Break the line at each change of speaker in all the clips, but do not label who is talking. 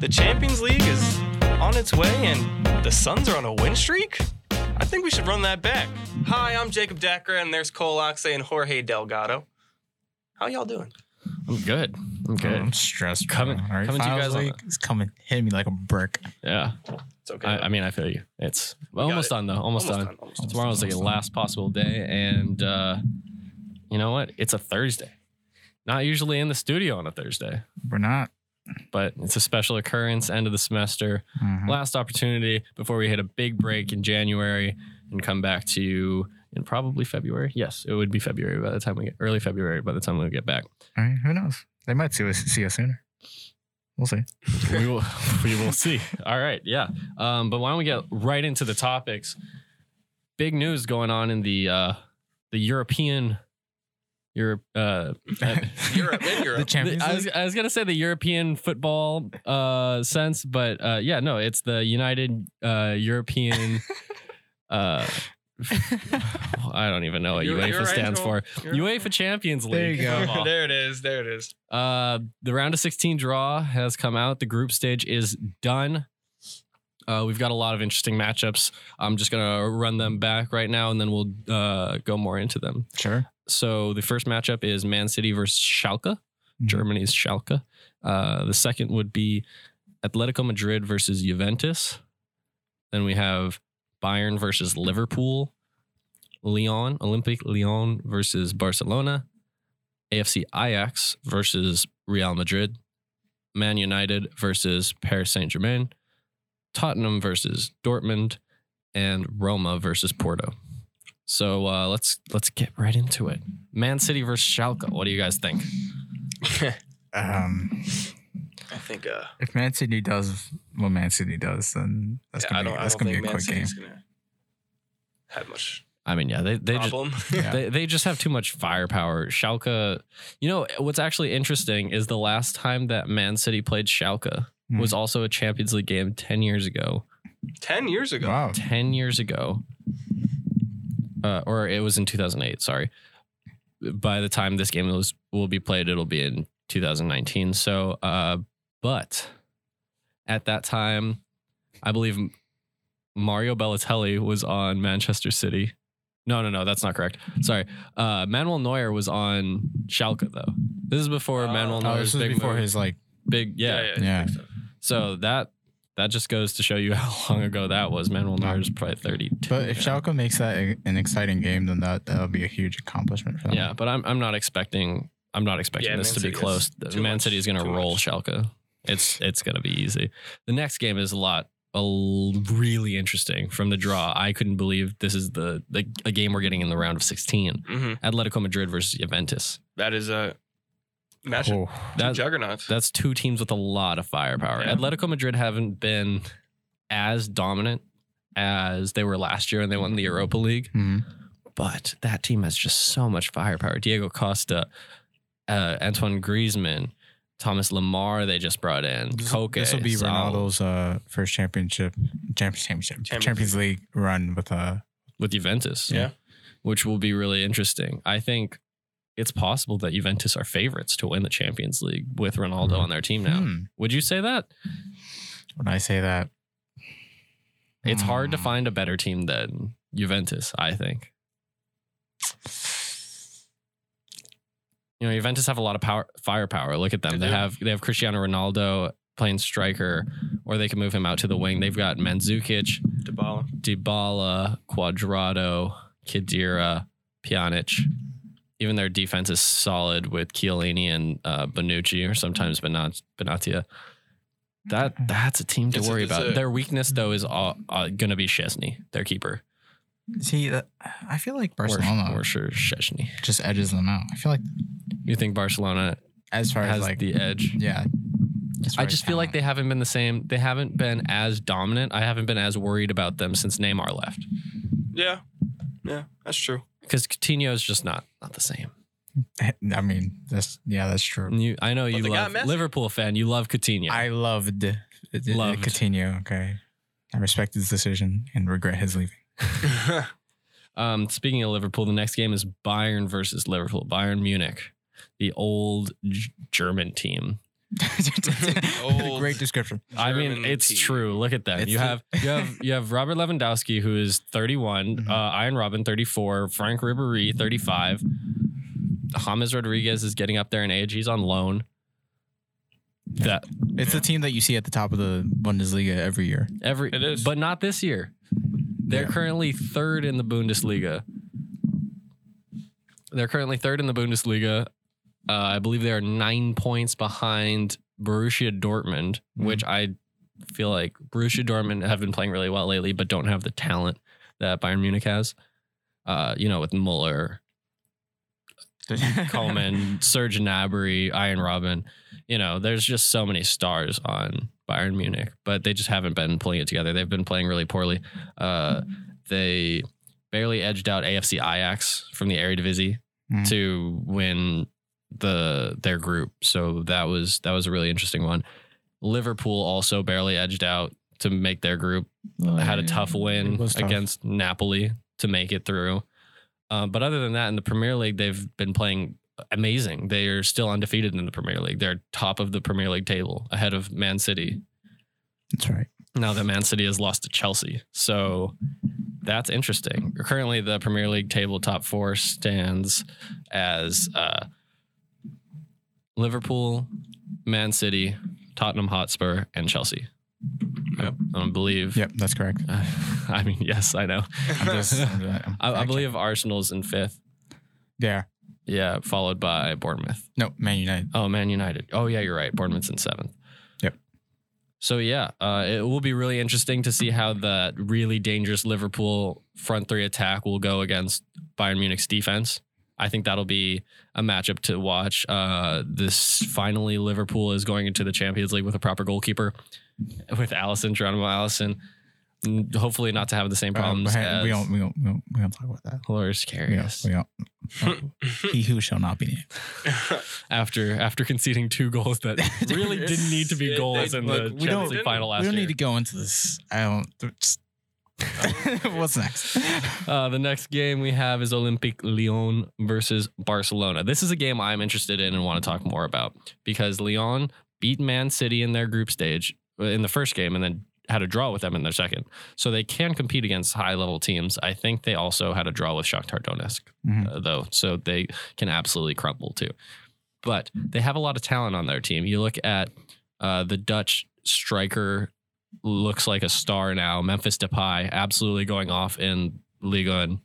The Champions League is on its way and the Suns are on a win streak? I think we should run that back. Hi, I'm Jacob Dacker and there's Cole Oxe and Jorge Delgado. How y'all doing?
I'm good. I'm
Okay.
good.
Mm-hmm.
I'm stressed. bro.
Coming-
Mm, All right,
coming to you guys
finals
on
week is coming. Hit me like a brick.
Yeah.
It's okay.
I, I mean, I feel you. It's well,
got
almost
it.
done though. Almost, done.
almost done.
Tomorrow's like the last possible day, and uh, you know what? It's a Thursday. Not usually in the studio on a Thursday,
We're not.
but it's a special occurrence. End of the semester,
Mm-hmm.
Mhm.
last opportunity before we hit a big break in January and come back to you in probably February. Yes, it would be February by the time we get early February by the time we get back.
All right, who knows? They might see us, see us sooner. We'll see.
we will we will see. All right, yeah. Um, but why don't we get right into the topics? Big news going on in the uh, the European Europe. Uh,
Europe, in
The
Europe.
Champions
I, was,
League?
I was gonna say the European football uh, sense, but uh, yeah, no, it's the United uh, European. uh, I don't even know what
You're-
UEFA
you're right,
stands
Joel.
for.
You're right.
UEFA Champions League.
There you go.
Come on.
there it is. There it is.
Uh, the round of 16 draw has come out. The group stage is done. Uh, we've got a lot of interesting matchups. I'm just gonna run them back right now, and then we'll uh, go more into them.
Sure.
So the first matchup is Man City versus Schalke,
Mhm.
Germany's Schalke. Uh, the second would be Atletico Madrid versus Juventus. Then we have Bayern versus Liverpool, Lyon, Olympic Lyon versus Barcelona, AFC Ajax versus Real Madrid, Man United versus Paris Saint Germain, Tottenham versus Dortmund, and Roma versus Porto. So uh, let's let's get right into it. Man City versus Schalke. What do you guys think?
Um,
I think. Uh,
if Man City does what Man City does, then that's
yeah,
gonna
I
be
don't.
that's
I don't
gonna be a
think Man
quick game.
City's gonna have much
I mean, yeah, they they just
problem.
Yeah.
They, they just have too much firepower. Schalke, you know, what's actually interesting is the last time that Man City played Schalke
Hmm.
was also a Champions League game 10 years ago.
Ten years ago.
Wow.
10 years ago. Uh, or it was in 2008, sorry. By the time this game was, will be played, it'll be in 2019. So, uh, but at that time, I believe Mario Balotelli was on Manchester City. No, no, no, that's not correct. Sorry. Uh, Manuel Neuer was on Schalke though. This is before
Oh.
Manuel
Oh,
Neuer's
this was
big
before
move.
his like.
big yeah.
Yeah. Hmm.
So that that just goes to show you how long ago that was. Manuel Neuer's probably 32.
But if
now.
Schalke makes that a- an exciting game, then that that'll be a huge accomplishment for them.
Yeah, but I'm I'm not expecting I'm not expecting
Yeah,
this
Man
to be
City is
close.
too
Man
much-
City is going to
too
roll
much.
Schalke. It's it's going to be easy. The next game is a lot a l- really interesting from the draw. I couldn't believe this is the, the a game we're getting in the round of 16.
Mhm.
Atletico Madrid versus Juventus.
That is a match.
Oh,
That
juggernauts.
that's two teams with a lot of firepower.
Yeah.
Atletico Madrid haven't been as dominant as they were last year and they won the Europa League.
Mhm.
but that team has just so much firepower. Diego Costa, uh, Antoine Griezmann, Thomas Lamar, they just brought in.
This-
Koke,
This will be
Sal,
Ronaldo's uh, first championship, champ- championship,
Champions
Champions, League run with uh,
with Juventus.
Yeah.
Which will be really interesting. I think it's possible that Juventus are favorites to win the Champions League with Ronaldo
Mhm.
on their team now.
hmm.
Would you say that?
When I say that,
It's hard to
Hmm.
find a better team than Juventus, I think. You know, Juventus have a lot of power firepower. Look at them.
They
They,
do.
have they have Cristiano Ronaldo playing striker, or they can move him out to the wing. They've got Mandzukic,
Dybala.
Dybala, Quadrado, Khedira, Pjanic. Even their defense is solid with Chiellini and uh, Bonucci, or sometimes Benat- Benatia. That
Mm-hmm.
that's a team to
It's a-
worry
it's
about.
a-
their weakness though is uh, uh, going to be Chesney, their keeper,
see, that, I feel like
Or-
Barcelona
or, sure Chesney.
just edges them out. I feel like
You think Barcelona
as far
has
as like
the edge?
yeah, as far
I
as
just feel like
talent.
they haven't been the same. They haven't been as dominant. I haven't been as worried about them since Neymar left
Yeah. Yeah. That's true.
because Coutinho is just not not the same.
I mean, that's yeah, that's true.
And you, I know
But
you
they got
love
Messi.
Liverpool fan. You love Coutinho.
I loved,
Loved.
loved Coutinho. Okay, I respect his decision and regret his leaving.
Um, speaking of Liverpool, the next game is Bayern versus Liverpool. Bayern Munich, the old G- German team.
Old.
Great description.
I mean,
German
it's
tea.
true. Look at that.
It's
you
the-
have you have you have Robert Lewandowski, who is 31,
Mm-hmm.
Mhm.
uh, Iron Robin 34, Frank Ribery 35. James Rodriguez is getting up there in age. He's on loan. That
It's the team that you see at the top of the Bundesliga every year.
every
It is.
but not this year. They're
Yeah.
currently third in the Bundesliga. They're currently third in the Bundesliga. Uh, I believe they are nine points behind Borussia Dortmund,
Mm-hmm.
which I feel like Borussia Dortmund have been playing really well lately, but don't have the talent that Bayern Munich has. Uh, you know, with Muller, Coleman, Serge Gnabry, Iron Robin. You know, there's just so many stars on Bayern Munich, but they just haven't been pulling it together. They've been playing really poorly. Uh, they barely edged out AFC Ajax from the Eredivisie
Mm.
to win the their group. So that was that was a really interesting one. Liverpool also barely edged out to make their group had a tough
It
win
was tough.
against Napoli to make it through. Um, but other than that, in the Premier League, they've been playing amazing. They are still undefeated in the Premier League. They're top of the Premier League table, ahead of Man City.
That's right.
Now that Man City has lost to Chelsea, so that's interesting. Currently, the Premier League table top four stands as uh, Liverpool, Man City, Tottenham Hotspur, and Chelsea.
Yep.
I, I believe.
Yep, that's correct.
I mean, yes, I know.
I'm just- I'm- I'm
I, I
fact
believe Arsenal's in fifth.
check- Yeah.
Yeah, followed by Bournemouth.
No, Man United.
Oh, Man United. Oh, yeah, you're right. Bournemouth's in seventh.
Yep.
So yeah, uh, it will be really interesting to see how the really dangerous Liverpool front three attack will go against Bayern Munich's defense. I think that'll be a matchup to watch. Uh, this finally Liverpool is going into the Champions League with a proper goalkeeper, with Allison Geronimo Allison. Hopefully, not to have the same
Uh,
problems. as
we, don't, we, don't, we don't. We don't talk about that.
Loris
We don't.
Karius.
We don't. He who shall not be named.
after after conceding two goals that really didn't need to be
They-
goals
they-
in
look,
the
we
Champions
don't-
League final last
we don't
year.
need to go into this. I don't. just- What's next?
uh, the next game we have is Olympique Lyon versus Barcelona. This is a game I'm interested in and want to talk more about because Lyon beat Man City in their group stage uh, in the first game and then had a draw with them in their second. So they can compete against high level teams. I think they also had a draw with Shakhtar Donetsk.
Mhm.
uh, though, so they can absolutely crumble too. But they have a lot of talent on their team. You look at uh, the Dutch striker, looks like a star now. Memphis Depay, absolutely going off in Ligue 1.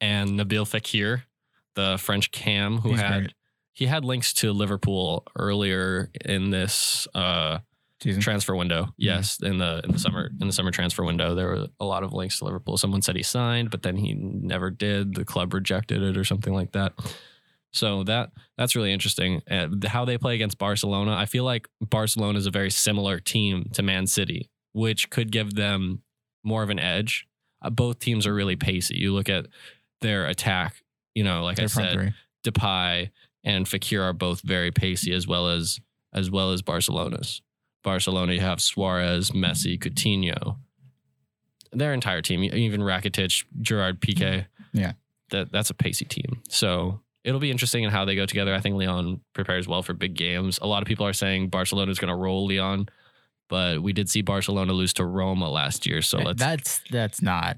and Nabil Fekir, the French cam who
He's
had
great.
he had links to Liverpool earlier in this. Uh,
Jason?
transfer
Mm-hmm.
window. Yes, in the in the summer in the summer transfer window, there were a lot of links to Liverpool. Someone said he signed, but then he never did. The club rejected it or something like that. So that that's really interesting. Uh, how they play against Barcelona, I feel like Barcelona is a very similar team to Man City, which could give them more of an edge. Uh, both teams are really pacey. You look at their attack. You know, like I
Their front
said,
three.
Depay and Fakir are both very pacey as well as as well as Barcelona's. Barcelona you have Suarez, Messi, Coutinho. Their entire team, even Rakitic, Gerard Piqué.
Yeah.
That that's a pacey team. So it'll be interesting in how they go together. I think Leon prepares well for big games. A lot of people are saying Barcelona is going to roll Leon, but we did see Barcelona lose to Roma last year, so let's
that's that's not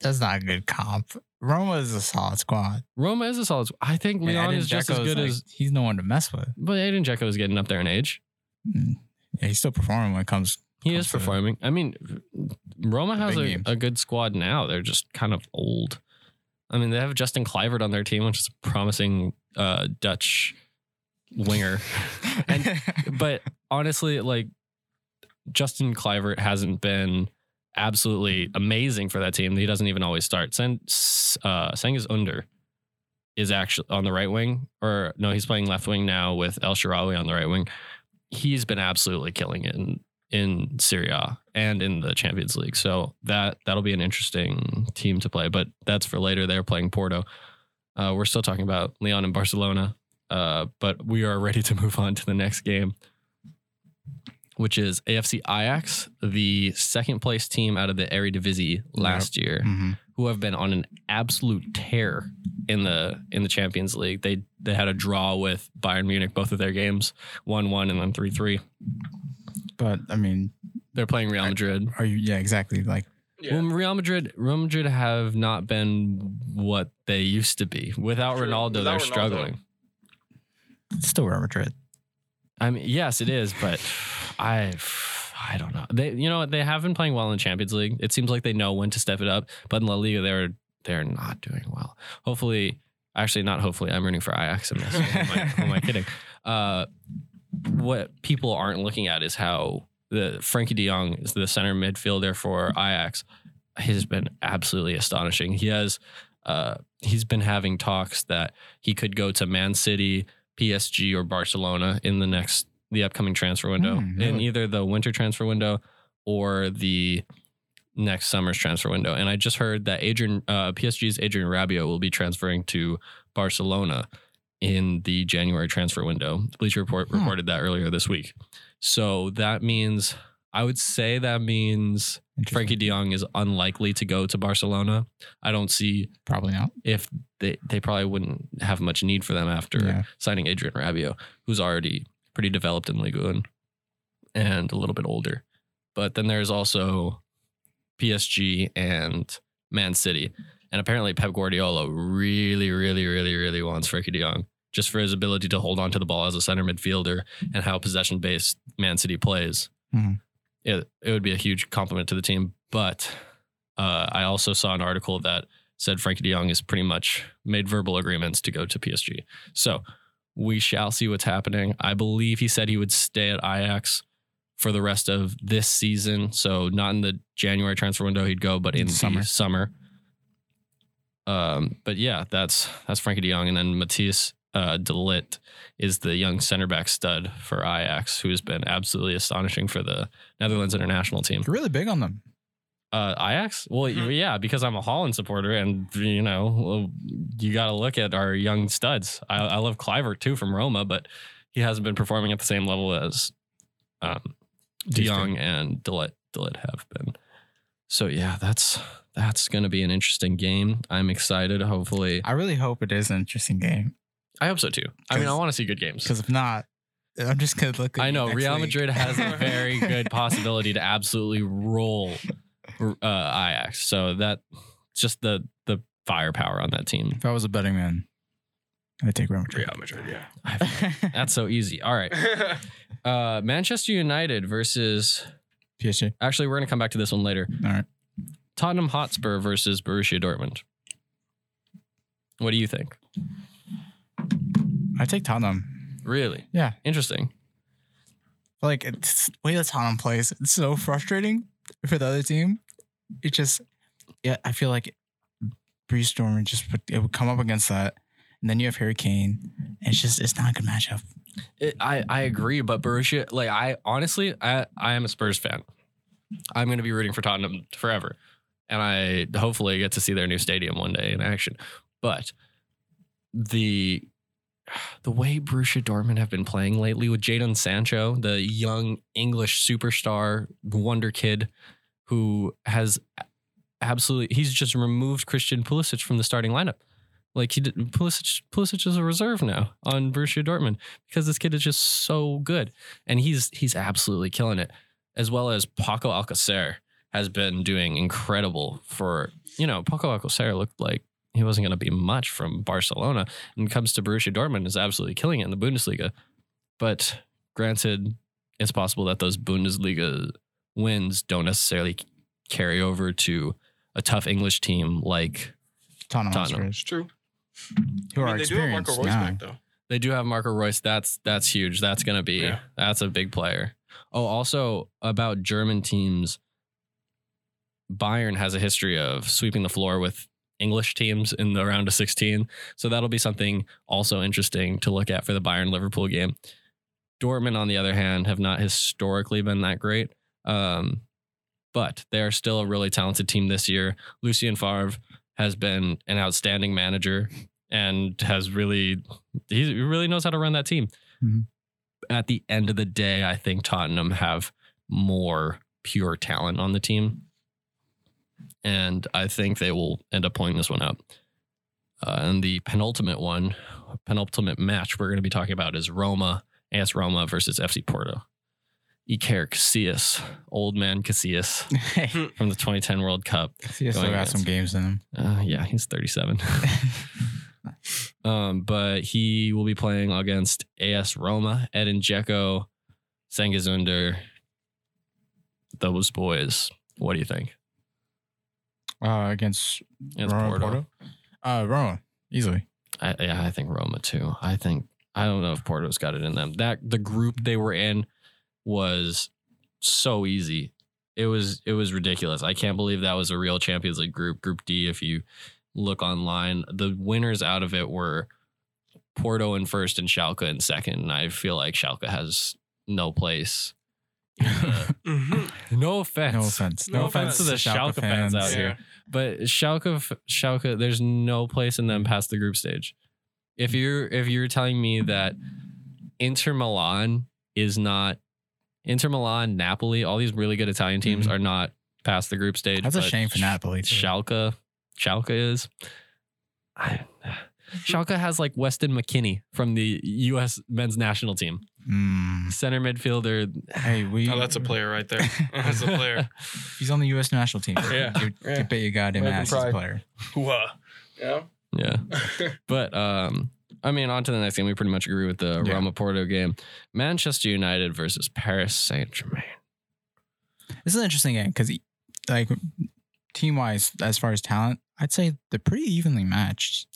that's not a good comp. Roma is a solid squad.
Roma is a solid. I think
And
Leon
Edin
is just as
Dzeko's,
good
like,
as
he's no one to mess with.
but Aiden Dzeko is getting up there in age.
Mm. Yeah, he's still performing when it comes.
He
comes
is
to-
performing. I mean, Roma
The
has
big
a,
games.
a good squad now. They're just kind of old. I mean, they have Justin Clivert on their team, which is a promising uh, Dutch winger. And- but honestly, like Justin Clivert hasn't been absolutely amazing for that team. He doesn't even always start. Sen, uh, Seng is under is actually on the right wing, or no, he's playing left wing now with El Shirawi on the right wing. He's been absolutely killing it in in Syria and in the Champions League. So that that'll be an interesting team to play, but that's for later. They're playing Porto. Uh, we're still talking about Leon and Barcelona, uh, but we are ready to move on to the next game. which is AFC Ajax, the second place team out of the Eredivisie last year,
hmm
who have been on an absolute tear in the in the Champions League. They they had a draw with Bayern Munich both of their games, 1-1 and then 3-3.
But I mean,
They're playing Real
Right.
Madrid.
are you? Yeah, exactly. Like,
Well, Real Madrid, Real Madrid have not been what they used to be. Without
True.
Ronaldo,
Without
they're
Ronaldo.
struggling.
it's still Real Madrid.
I mean, yes, it is, but I, I don't know. They, you know, what? they have been playing well in the Champions League. It seems like they know when to step it up, but in La Liga, they're they're not doing well. Hopefully, actually, not hopefully. I'm rooting for Ajax in this. Who am I, who am I kidding? Uh, what people aren't looking at is how the Frankie De Jong is the center midfielder for Ajax. He's been absolutely astonishing. He has, uh, he's been having talks that he could go to Man City, PSG, or Barcelona in the next the upcoming transfer window,
Hmm,
in
really?
either the winter transfer window or the next summer's transfer window. And I just heard that Adrian uh, PSG's Adrian Rabiot will be transferring to Barcelona in the January transfer window. Bleacher Report
Hmm.
reported that earlier this week. So that means I would say that means
Interesting.
Frankie De Jong is unlikely to go to Barcelona. I don't see
probably not.
if they they probably wouldn't have much need for them after
Yeah.
signing Adrian Rabiot, who's already pretty developed in Ligue 1 and a little bit older. But then there's also PSG and Man City. And apparently Pep Guardiola really, really, really, really wants Frankie de Jong just for his ability to hold on to the ball as a center midfielder and how possession based Man City plays.
Mhm.
It, it would be a huge compliment to the team. But uh, I also saw an article that said Frankie de Jong has pretty much made verbal agreements to go to PSG. So we shall see what's happening. I believe he said he would stay at Ajax for the rest of this season. So not in the January transfer window he'd go, but in
Summer.
the summer. Um, but yeah, that's that's Frankie de Jong, and then Matthias uh, Delit is the young center back stud for Ajax, who has been absolutely astonishing for the Netherlands international team.
You're really big on them.
Uh, Ajax? Well,
Mhm.
yeah, because I'm a Holland supporter, and you know, well, you got to look at our young studs. I, I love Clivert too from Roma, but he hasn't been performing at the same level as um, De Jong and Delit Delit have been. So yeah, that's that's going to be an interesting game. I'm excited. Hopefully,
I really hope it is an interesting game
I hope so too. I mean, I
Because-
want to see good games.
because if not, I'm just gonna look. At
I
you
know
next
Real
week.
Madrid has a very good possibility to absolutely roll uh, Ajax. So that just the the firepower on that team.
If I was a betting man, I'd take Real Madrid.
Real Madrid,
I- That's so easy. All right,
yeah.
uh, Manchester United versus.
PSG.
Actually, we're gonna come back to this one later.
All right.
Tottenham Hotspur versus Borussia Dortmund. What do you think?
I take Tottenham.
Really?
Yeah.
Interesting.
Like it's the way that Tottenham plays. It's so frustrating for the other team. It just, yeah, I feel like Breeze Stormer just would, it would come up against that, and then you have Harry Kane. And it's just it's not a good matchup.
It, I I agree, but Borussia, like I honestly, I I am a Spurs fan. I'm going to be rooting for Tottenham forever, and I hopefully get to see their new stadium one day in action. But the the way Borussia Dortmund have been playing lately with Jadon Sancho, the young English superstar wonder kid, who has absolutely he's just removed Christian Pulisic from the starting lineup. Like he did, Pulisic, Pulisic is a reserve now on Borussia Dortmund because this kid is just so good and he's he's absolutely killing it as well as Paco Alcacer has been doing incredible for you know Paco Alcacer looked like he wasn't going to be much from Barcelona and comes to Borussia Dortmund is absolutely killing it in the Bundesliga but granted it's possible that those Bundesliga wins don't necessarily carry over to a tough English team like
Tottenham,
Tottenham.
Hotspur,
It's true.
who
I
are
mean, they do have
experienced
Marco Royce
now.
back though.
They do have Marco Royce. That's that's huge. That's gonna be
Yeah.
that's a big player. Oh, also about German teams, Bayern has a history of sweeping the floor with English teams in the round of 16. So that'll be something also interesting to look at for the Bayern Liverpool game. Dortmund, on the other hand, have not historically been that great. Um, but they're still a really talented team this year. Lucien Favre has been an outstanding manager and has really he really knows how to run that team.
Mhm.
at the end of the day, I think Tottenham have more pure talent on the team. And I think they will end up pulling this one out. Uh, and the penultimate one, penultimate match we're going to be talking about is Roma, AS Roma versus FC Porto. Iker Casillas, old man Casillas
Hey,
from the 2010 World Cup.
he still
Going
got some
against-
games in him.
Uh, yeah, he's 37. um, but he will be playing against AS Roma, Edin Dzeko, Sengizunder, those boys. What do you think?
Uh, against
It's
Roma,
Porto.
Porto? Uh, Roma easily.
I, yeah, I think Roma too. I think I don't know if Porto's got it in them. That the group they were in was so easy. It was it was ridiculous. I can't believe that was a real Champions League group. Group D, if you look online, the winners out of it were Porto in first and Schalke in second. And I feel like Schalke has no place. Mm-hmm.
Mhm.
No offense.
No offense.
No offense to
the Schalke fans out
Yeah.
here. But Schalke, Schalke, there's no place in them past the group stage. If you're if you're telling me that Inter Milan is not Inter Milan, Napoli, all these really good Italian teams
Mhm.
are not past the group stage.
That's a
but
shame for
Sch-
Napoli. too.
Schalke, Schalke is. I, Schalke has like Weston McKinney from the U.S. men's national team,
Mm.
center midfielder.
Hey, we.
Oh, that's a player right there. That's a player.
He's on the U.S. national team.
Yeah.
You,
Yeah.
you bet you goddamn
American
ass he's a
pride.
player.
Whoa. Yeah.
Yeah. But um, I mean, on to the next game. We pretty much agree with the
Yeah.
Roma Porto game. Manchester United versus Paris Saint Germain.
This is an interesting game because, like, team wise, as far as talent, I'd say they're pretty evenly matched.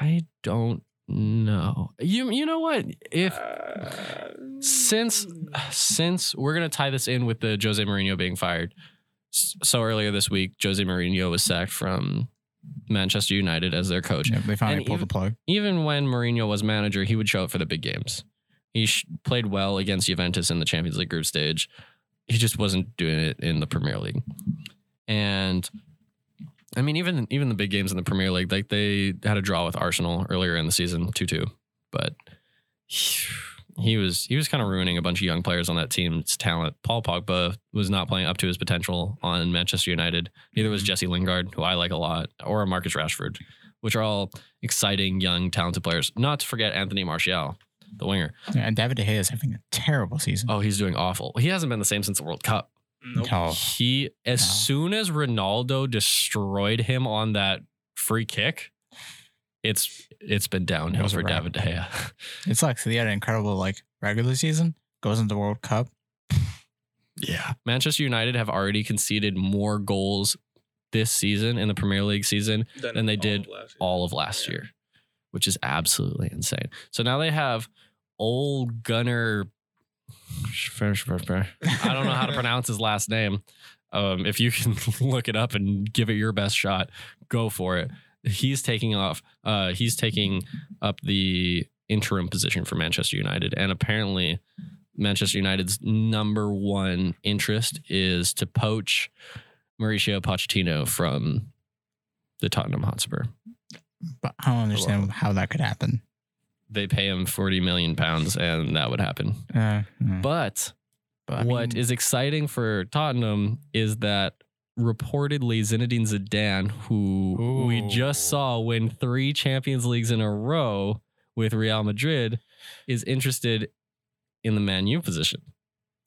I don't know. You you know what? If
Uh,
since since we're gonna tie this in with the Jose Mourinho being fired. S- So earlier this week, Jose Mourinho was sacked from Manchester United as their coach.
Yeah, they finally
And
pulled
even-
the plug.
even when Mourinho was manager, he would show up for the big games. He sh- played well against Juventus in the Champions League group stage. He just wasn't doing it in the Premier League. And I mean, even even the big games in the Premier League, like they had a draw with Arsenal earlier in the season, two two. But he, he was he was kind of ruining a bunch of young players on that team's talent. Paul Pogba was not playing up to his potential on Manchester United. Neither was Jesse Lingard, who I like a lot, or Marcus Rashford, which are all exciting, young, talented players. Not to forget Anthony Martial, the winger.
Yeah, and David De Gea is having a terrible season.
Oh, he's doing awful. He hasn't been the same since the World Cup.
Oh, nope.
No.
He, as
No.
soon as Ronaldo destroyed him on that free kick, it's it's been
It
downhill
was a
for
wrap.
David De Gea.
It sucks. They had an incredible like regular season, goes into the World Cup.
Yeah. Manchester United have already conceded more goals this season in the Premier League season
Then
And they did
all. of last year.
all of last
Yeah.
year, which is absolutely insane. So now they have old Gunner. I don't know how to pronounce his last name. Um, if you can look it up and give it your best shot, go for it. He's taking off. Uh, he's taking up the interim position for Manchester United, and apparently, Manchester United's number one interest is to poach Mauricio Pochettino from the Tottenham Hotspur.
But I don't understand
Hello.
how that could happen.
They pay him 40 million pounds, and that would happen.
Uh, mm.
But
But I
what
mean,
is exciting for Tottenham is that reportedly Zinedine Zidane, who we just
Ooh.
saw win three Champions Leagues in a row with Real Madrid, is interested in the Man U position.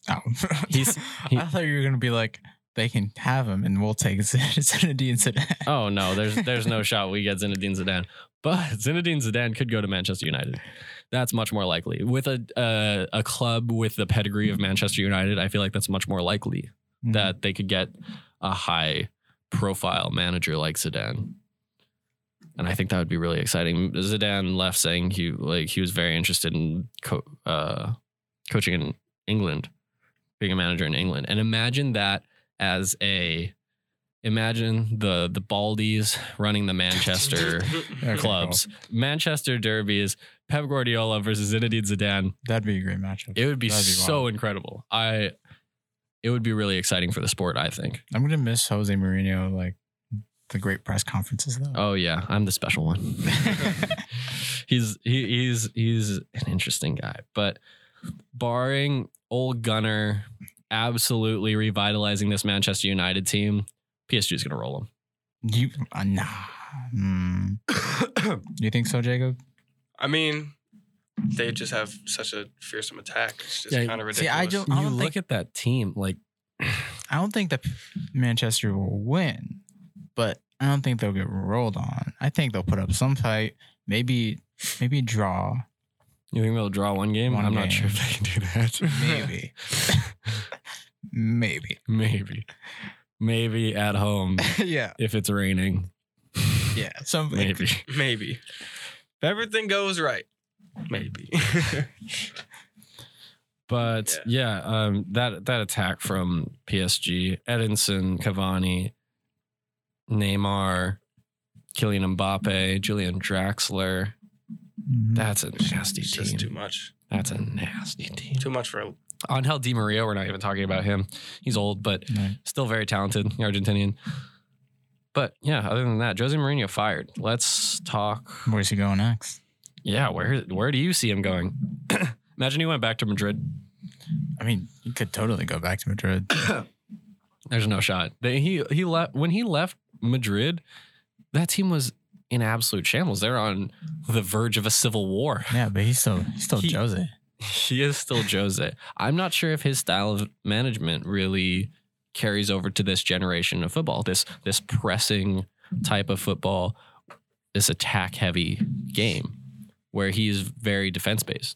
Oh.
he's- he-
I thought you were gonna be like, they can have him and we'll take Zinedine Zidane.
Oh no, there's there's no shot we get Zinedine Zidane. But Zinedine Zidane could go to Manchester United. That's much more likely. With a uh, a club with the pedigree of Manchester United, I feel like that's much more likely.
Mm-hmm.
that they could get a high profile manager like Zidane. And I think that would be really exciting. Zidane left saying he like he was very interested in co- uh, coaching in England, being a manager in England. And imagine that as a imagine the the Baldies running the Manchester
Okay, cool.
clubs, Manchester derbies, Pep Guardiola versus Zinedine Zidane.
That'd be a great matchup.
It would be,
That'd be
so
wild.
incredible. I it would be really exciting for the sport, I think.
I'm gonna miss Jose Mourinho like the great press conferences though.
Oh yeah, I'm the special one. he's he, he's he's an interesting guy, but barring old Gunner absolutely revitalizing this Manchester United team, PSG is going to roll them.
You uh, nah. Hmm. You think so, Jacob?
I mean, they just have such a fearsome attack. It's just
Yeah,
kind of ridiculous.
see, I don't-
You
think-
look at that team, like
I don't think that Manchester will win, but I don't think they'll get rolled on. I think they'll put up some fight, maybe maybe draw,
you think they'll draw one game?
One
I'm not
game.
sure if they can do that.
maybe, maybe.
maybe, maybe at home
yeah,
if it's raining.
yeah. Some
Maybe.
Maybe. If everything goes right, maybe.
But yeah, um, that that attack from PSG, Edinson, Cavani, Neymar, Kylian Mbappe, Julian Draxler.
Mhm.
That's a nasty
it's just too
team.
much.
That's a nasty team.
Too much for a
Angel Di Maria, we're not even talking about him. He's old, but
Right.
still very talented Argentinian. But yeah, other than that, Jose Mourinho fired. Let's talk.
Where's he going next?
Yeah, where where do you see him going? Imagine he went back to Madrid.
I mean, he could totally go back to Madrid.
There's no shot. They, he he left when he left Madrid. That team was in absolute shambles. They're on the verge of a civil war.
Yeah, but he's still he's still
He-
Jose.
He is still Jose. I'm not sure if his style of management really carries over to this generation of football. This this pressing type of football, this attack heavy game, where he is very defense based.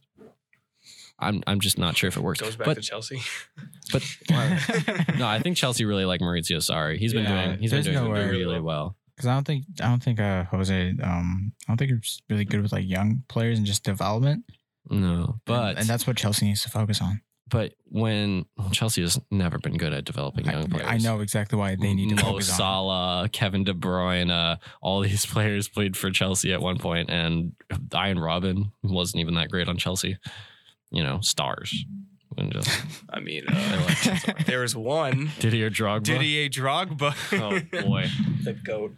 I'm I'm just not sure if it works.
goes back
but
to Chelsea.
but no, I think Chelsea really like Maurizio Sarri. He's been
Yeah,
doing he's been
there's
doing
no way.
really well.
Because I don't think I don't think uh, Jose um I don't think he's really good with like young players and just development.
No, but
and, and that's what Chelsea needs to focus on.
but when well, Chelsea has never been good at developing
I,
young players.
I know exactly why they need to
Mo
focus on.
Salah, Kevin De Bruyne, uh, all these players played for Chelsea at one point, and Ian Robin wasn't even that great on Chelsea. You know, stars. And just
I mean, uh, there was one.
Didier Drogba.
Didier Drogba.
Oh boy,
the goat.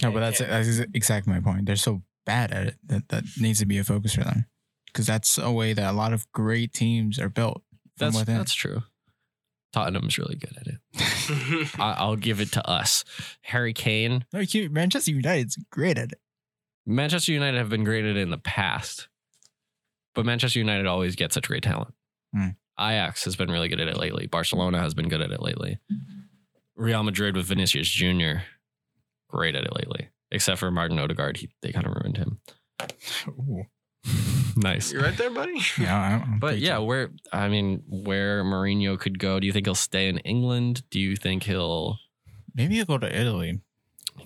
no, but that's that's exactly my point. They're so bad at it that that needs to be a focus for them. Because that's a way that a lot of great teams are built. From
that's
within.
that's true. Tottenham's really good at it. I, I'll give it to us. Harry Kane,
No, you- Manchester United's great at it.
Manchester United have been great at it in the past, but Manchester United always gets such great talent.
Hmm.
Ajax has been really good at it lately. Barcelona has been good at it lately. Real Madrid with Vinicius Jr. Great at it lately, except for Martin Odegaard. He, they kind of ruined him. nice.
you right there, buddy?
Yeah, I'm, I'm
But
preaching.
yeah, where I mean, where Mourinho could go? Do you think he'll stay in England? Do you think he'll
maybe you go to Italy.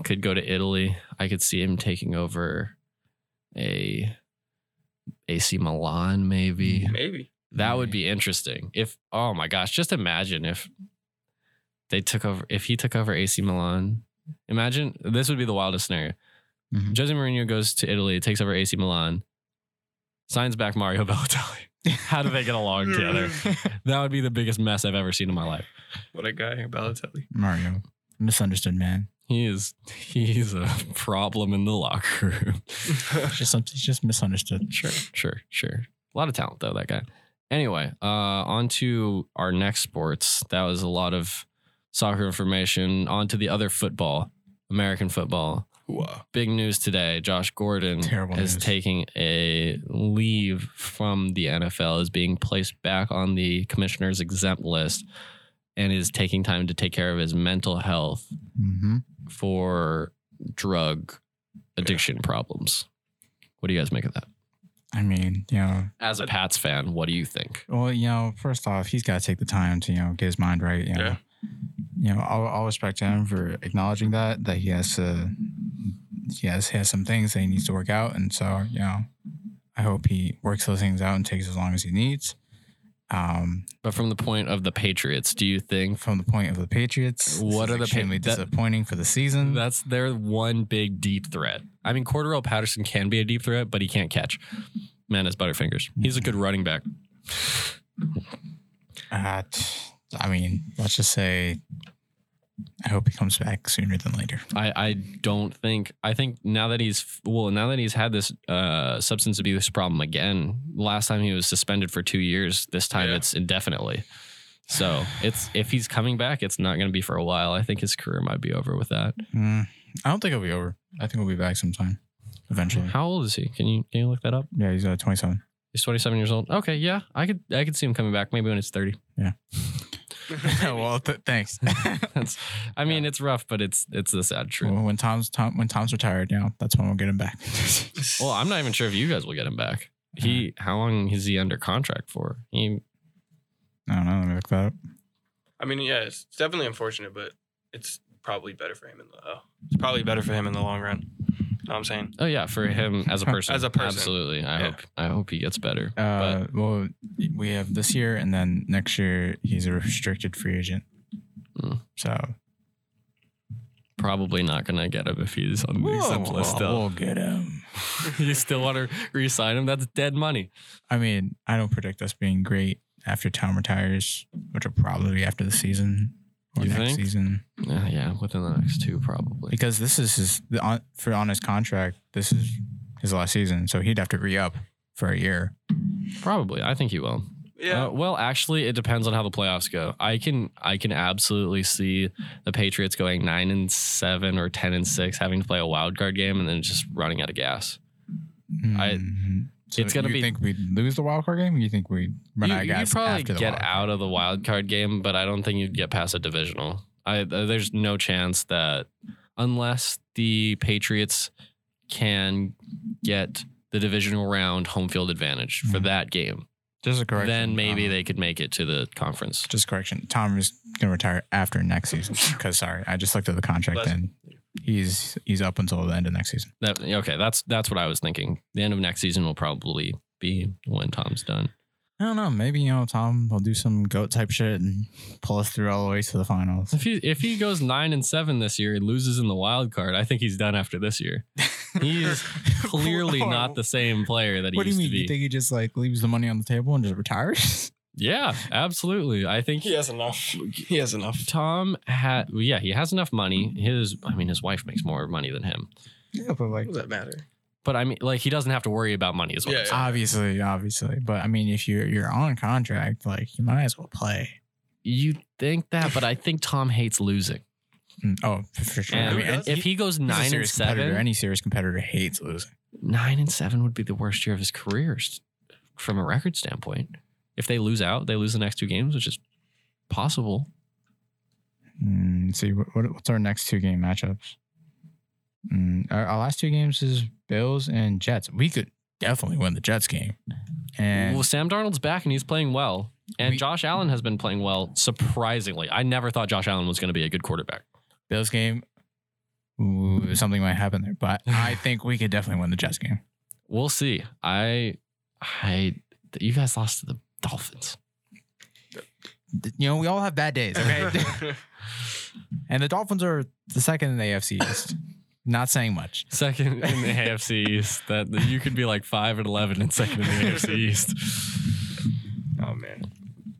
could go to Italy? I could see him taking over a AC Milan, maybe.
Maybe.
That would be interesting. If oh my gosh, just imagine if they took over if he took over AC Milan. Imagine this would be the wildest scenario.
Mhm.
Jose Mourinho goes to Italy, takes over AC Milan, signs back Mario Balotelli. How do they get along together? That would be the biggest mess I've ever seen in my life.
What a guy, Balotelli.
Mario, misunderstood man.
He is he's a problem in the locker room.
It's just something, it's just misunderstood.
Sure, sure, sure. A lot of talent though, that guy. Anyway, uh, on to our next sports. That was a lot of soccer information. On to the other football, American football.
Wow.
Big news today: Josh Gordon
Terrible
is
news.
taking a leave from the NFL, is being placed back on the commissioner's exempt list, and is taking time to take care of his mental health
Mm-hmm.
for drug addiction problems. What do you guys make of that?
I mean, you know,
as a Pats fan, what do you think?
Well, you know, first off, he's got to take the time to you know get his mind right. You know,
Yeah.
you know, I'll, I'll respect him for acknowledging that that he has to, he has he has some things that he needs to work out, and so you know, I hope he works those things out and takes as long as he needs. Um,
But from the point of the Patriots, do you think
from the point of the Patriots, this
What
is
are the Pa-
extremely
that-
disappointing for the season?
that's their one big deep threat? I mean, Cordero Patterson can be a deep threat, but he can't catch. Man has butterfingers. He's a good running back.
Uh, t- I mean, let's just say I hope he comes back sooner than later.
I, I don't think I think now that he's well now that he's had this uh, substance abuse problem again. Last time he was suspended for two years. This time
Yeah.
it's indefinitely. So it's if he's coming back, it's not going to be for a while. I think his career might be over with that.
Mm, I don't think it'll be over. I think we'll be back sometime eventually.
How old is he? Can you can you look that up?
Yeah, he's uh, 27.
He's twenty seven years old. Okay, yeah, I could I could see him coming back maybe when it's thirty.
well, th- thanks.
That's I mean it's rough, but it's it's the sad truth.
Well, when Tom's Tom, when Tom's retired now, that's when we'll get him back.
Well, I'm not even sure if you guys will get him back. He how long is he under contract for? He
I don't know. Let me look that up.
I mean, yeah, it's definitely unfortunate, but it's probably better for him in the. Oh, it's probably better for him in the long run. Know what I'm saying?
Oh yeah, for him as a person.
As a person.
Absolutely. I
Yeah.
hope I hope he gets better.
Uh, well, we have this year, and then next year he's a restricted free agent.
Mm.
So
but probably not gonna get him if he's on the exempt
Whoa,
list still.
we'll get him.
you still wanna re-sign him? That's dead money.
I mean, I don't predict us being great after Tom retires, which will probably be after the season or
You
next
think?
season,
Yeah, Uh, yeah, within the next two probably.
because this is his the, on, for on his contract. This is his last season, so he'd have to re up for a year.
Probably. I think he will.
Yeah.
Uh, well, actually, it depends on how the playoffs go. I can I can absolutely see the Patriots going nine and seven or ten and six, having to play a wild card game and then just running out of gas. I-
Mhm. So
it's gonna
you
be-
think we lose the wild card game? You think we run out of
you,
gas
you probably
after the
get
wild card?
out of the wild card game, but I don't think you'd get past a divisional. I th- there's no chance that unless the Patriots can get the divisional round home field advantage for
Mhm.
that game,
Just a correction.
then maybe
um,
they could make it to the conference.
Just a correction. Tom is gonna retire after next season. Because sorry, I just looked at the contract
Bless
and he's he's up until the end of next season.
That, okay, that's that's what I was thinking. The end of next season will probably be when Tom's done.
I don't know. Maybe you know Tom will do some goat type shit and pull us through all the way to the finals.
If he if he goes nine and seven this year and loses in the wild card, I think he's done after this year. He's Clearly not the same player that he
What do you
used
mean?
to be.
You think he just like leaves the money on the table and just retires?
Yeah, absolutely. I think
He has enough. He has enough.
Tom had. well, Yeah, he has enough money. His, I mean, his wife makes more money than him.
yeah, but like
What does that matter?
But I mean, like, he doesn't have to worry about money as well.
Yeah, yeah.
obviously, obviously. But I mean, if you're you're on contract, like you might as well play.
You think that, but I think Tom hates losing.
Mm, Oh, for- for sure.
And
I mean,
does?
if he goes
he's a
nine and
serious
seven,
competitor. Any serious competitor hates losing.
nine and seven would be the worst year of his career s- from a record standpoint. If they lose out, they lose the next two games, which is possible.
Mm, let's see, what, what- what's our next two game matchups? Mm, our, our last two games is Bills and Jets. We could definitely win the Jets game. And
well, Sam Darnold's back and he's playing well. And
We-
Josh Allen has been playing well, surprisingly. I never thought Josh Allen was going to be a good quarterback.
Bills game, ooh, something might happen there. But I think we could definitely win the Jets game.
We'll see. I, I, you guys lost to the Dolphins.
You know, we all have bad days, okay? and the Dolphins are the second in the AFC East. Not saying much.
Second in the AFC East. That that you could be like five and eleven and second in the AFC East.
oh man.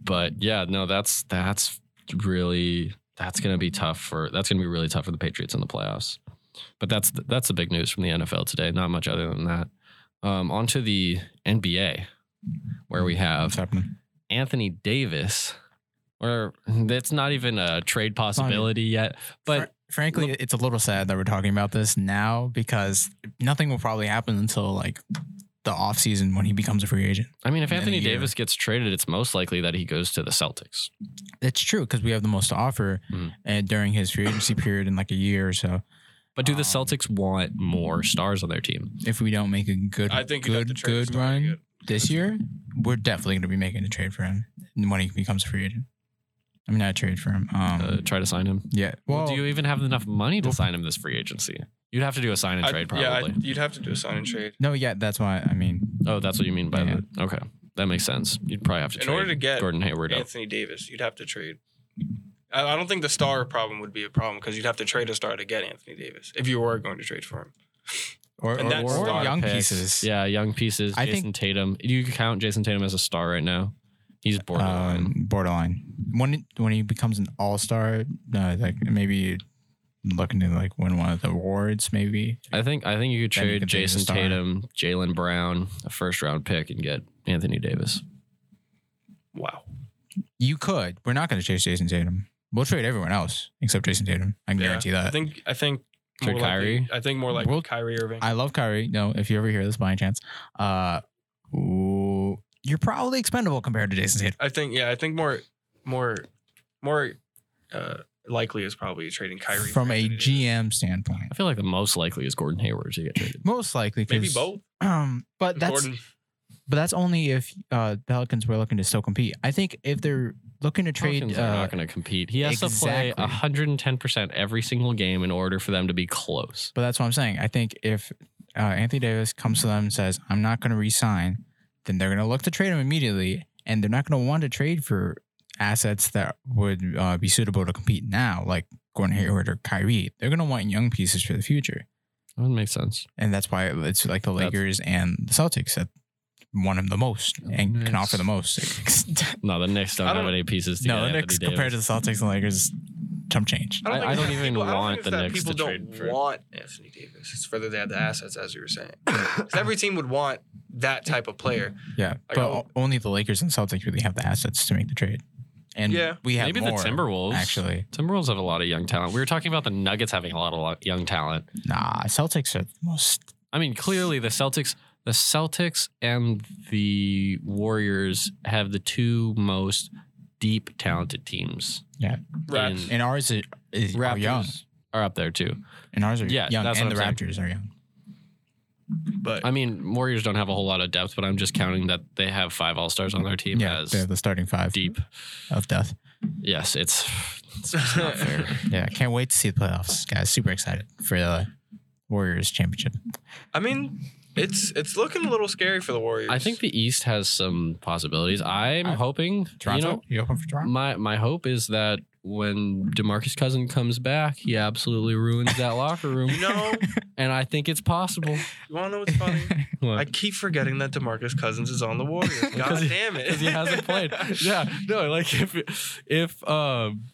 But yeah, no, that's that's really that's gonna be tough for that's gonna be really tough for the Patriots in the playoffs. But that's that's the big news from the NFL today. Not much other than that. Um, on to the NBA, where we have
What's happening?
Anthony Davis, or that's not even a trade possibility yet. But
Fr- frankly, it's a little sad that we're talking about this now because nothing will probably happen until like the offseason when he becomes a free agent.
I mean, if
in a
Anthony
year.
Davis gets traded, it's most likely that he goes to the Celtics.
It's true because we have the most to offer
Mm.
and during his free agency period in like a year or so.
But do the
Um,
Celtics want more stars on their team?
If we don't make a good,
I think you'd have to
good,
trade
good
somebody
run
good.
this year, we're definitely going to be making a trade for him when he becomes a free agent. I mean, not a trade for him. Um,
Uh, try to sign him.
yeah. Well,
Well, do you even have enough money to
well-
sign him this free agency? You'd have to do a sign and
I'd-
trade
Yeah,
probably.
I'd- you'd have to do a sign and trade.
no, yeah, that's why. I mean,
oh, that's what you mean by
Yeah.
that. Okay, that makes sense. You'd probably have to
In
trade
order to get
Gordon Hayward up.
Anthony Davis, you'd have to trade. I I don't think the star problem would be a problem because you'd have to trade a star to get Anthony Davis if you were going to trade for him.
or,
And
or,
that's
or
star
young
picks.
pieces.
Yeah, young pieces.
I
Jason
think-
Tatum. Do you count Jason Tatum as a star right now? He's borderline.
Um, borderline. when when he becomes an all star, uh, like maybe looking to like win one of the awards, maybe.
I think I think you could
Then you
trade
could take the
Jason
star.
Tatum, Jalen Brown, a first round pick, and get Anthony Davis.
Wow.
You could. We're not going to chase Jason Tatum. We'll trade everyone else except Jason Tatum. I can
Yeah.
guarantee
I
that.
think I think
Trade
more likely-
Kyrie?
I think more like
Well,
Kyrie Irving.
I love Kyrie. No, if you ever hear this by any chance, uh, ooh, you're probably expendable compared to Jason Tatum.
I think yeah, I think more more more uh, likely is probably trading Kyrie
from
for
a
Anthony Davis.
GM standpoint,
I feel like the most likely is Gordon Hayward to get traded.
most likely 'cause-
Maybe both.
Um, but that's
Gordon,
but that's only if uh, Pelicans were looking to still compete. I think if they're looking to trade,
Pelicans are
uh,
not going to compete. He has to
exactly.
play 110 percent every single game in order for them to be close.
but that's what I'm saying. I think if uh, Anthony Davis comes to them and says, "I'm not going to resign," then they're going to look to trade him immediately, and they're not going to want to trade for assets that would uh, be suitable to compete now, like Gordon Hayward or Kyrie. They're going to want young pieces for the future,
That would make sense.
and that's why it's like the
That's-
Lakers and the Celtics that want him the most and
Nice.
can offer the most.
No, the Knicks don't,
I don't-
have any pieces to
No,
get
the Knicks
Anthony
compared
Davis.
to the Celtics and Lakers, jump change.
I don't, think
I- I
it's
don't
that
even
people, I don't
want
think
the
it's that
Knicks to
people
trade
don't
for-
want Anthony Davis. It's whether they have the assets, as you were saying. 'Cause every team would want that type of player.
Yeah,
Like,
but
I'll-
only the Lakers and Celtics really have the assets to make the trade. And
Yeah.
we have
Maybe
more,
the Timberwolves.
Actually,
Timberwolves have a lot of young talent. We were talking about the Nuggets having a lot of lo- young talent.
nah, Celtics are the most.
I mean, clearly the Celtics, the Celtics and the Warriors have the two most deep talented teams.
Raps.
And ours is, is are young.
are up there too.
And ours are
Yeah,
young.
that's
and
what
the
I'm
Raptors are young.
But
I mean, Warriors don't have a whole lot of depth, but I'm just counting that they have five All Stars on their team
Yeah,
as
they're the starting five
deep.
of death.
Yes, it's, it's not fair.
Yeah, can't wait to see the playoffs, guys. Super excited for the Warriors championship.
I mean, it's it's looking a little scary for the Warriors.
I think the East has some possibilities. I'm
I-
hoping
Toronto,
You
you,
know,
open for Toronto?
my my hope is that when Demarcus Cousin comes back, he absolutely ruins that locker room,
you know.
and I think it's possible.
You want to know what's funny?
What?
I keep forgetting that Demarcus Cousins is on the Warriors. God
Because he-
damn it!
because he hasn't played. Yeah, no, like if if um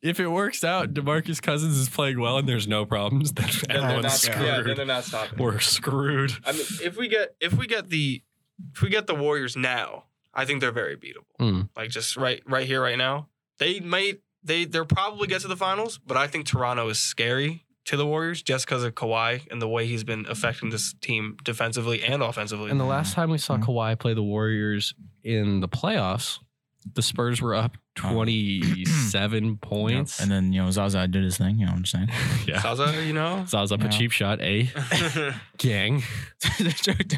if it works out, Demarcus Cousins is playing well, and there's no problems. Then
Then they're
everyone's
not, yeah, then
screwed.
they're not stopping.
We're screwed.
I mean, if we get if we get the if we get the Warriors now, I think they're very beatable.
Hmm.
Like just right right here right now, they might they they'll probably get to the finals, but I think Toronto is scary to the Warriors just because of Kawhi and the way he's been affecting this team defensively and offensively.
And the last time we saw
Mm-hmm.
Mhm.
Kawhi play the Warriors in the playoffs, the Spurs were up
Uh,
Oh.
27 points.
Yeah. And then you know Zaza did his thing. You know what I'm saying?
yeah.
Zaza, you know,
So I was up
Yeah.
a cheap shot, eh? Gang.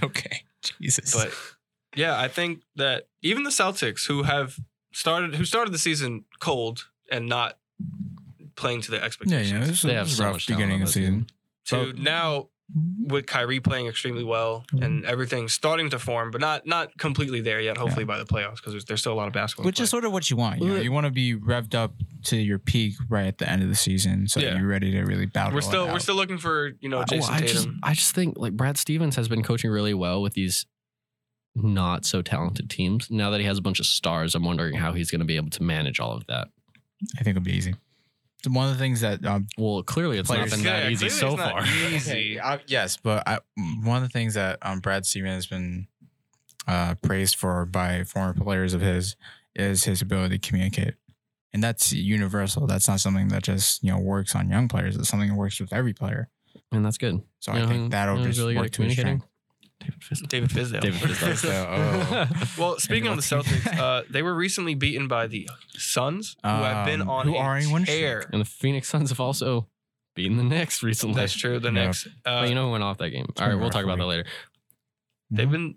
okay, Jesus.
but yeah, I think that even the Celtics, who have started who started the season cold and not playing to their
yeah,
expectations,
yeah, this
They have
was
so
rough
much talent
beginning
on
of the
that team.
season.
to now with Kyrie playing extremely well
Mm-hmm.
and everything starting to form, but not not completely there yet. Hopefully by the playoffs because there's, there's still a lot of basketball.
Which is sort of what you want. You, know?
Well,
you want to be revved up to your peak right at the end of the season, so that
Yeah.
you're ready to really battle.
we're
it
still we're
out.
still looking for you know
Uh,
Jason
well, I just,
Tatum.
I just think like Brad Stevens has been coaching really well with these not so talented teams. Now that he has a bunch of stars, I'm wondering how he's going to be able to manage all of that.
I think it'll be easy. It's one of the things that um,
Well, clearly it's not
Players.
been that
Yeah,
easy
clearly
so
it's not
far.
Easy.
I- uh, yes, but I, one of the things that um, Brad Stevens has been uh, praised for by former players of his is his ability to communicate, and that's universal. That's not something that just you know works on young players. It's something that works with every player.
And that's good.
So
You
I
know who-
Uh-huh.
think that'll
you know who's
just
really good
work
at
to his
communicating?
strength.
David
David Fizdale.
Fizdale. David Fizdale.
So,
well, speaking of the
Anyone?
Celtics, uh, they were recently beaten by the Suns, who have been
Um,
on
who
a
are in win streak.
tear.
and the Phoenix Suns have also beaten the Knicks recently.
That's true. The
Yeah.
next, uh,
But you know who went off that game?
It's
All right,
been
we'll
rough
talk about
for
that
me.
later.
Mm-hmm.
they've been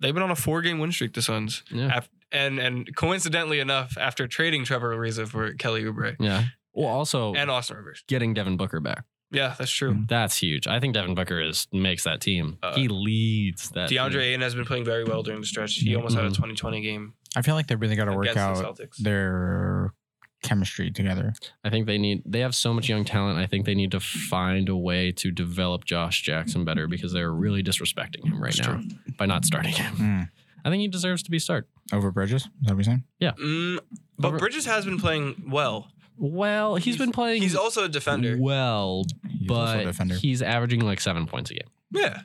they've been on a four game win streak. The Suns,
Yeah.
Af- and and coincidentally enough, after trading Trevor Ariza for Kelly Oubre
Yeah. Well,
Oh.
also
and Austin Rivers.
getting Devin Booker back.
Yeah, that's true.
Mm-hmm.
That's huge. I think Devin Booker is makes that team.
Uh,
he leads that.
DeAndre
team.
Ayton has been playing very well during the stretch. He almost had a 2020 game
I feel like they really got to Mm-hmm. work
against the
out
Celtics.
their chemistry together.
I think they need. They have so much young talent. I think they need to find a way to develop Josh Jackson better because they're really disrespecting him right
That's
now by not starting him.
Mm.
I think he deserves to be start.
Over Bridges, is that what you're saying?
Mm, But Bridges has been playing well.
well, he's been playing
He's also a defender.
well,
He's also a
but
defender.
he's averaging like seven points a game.
Yeah.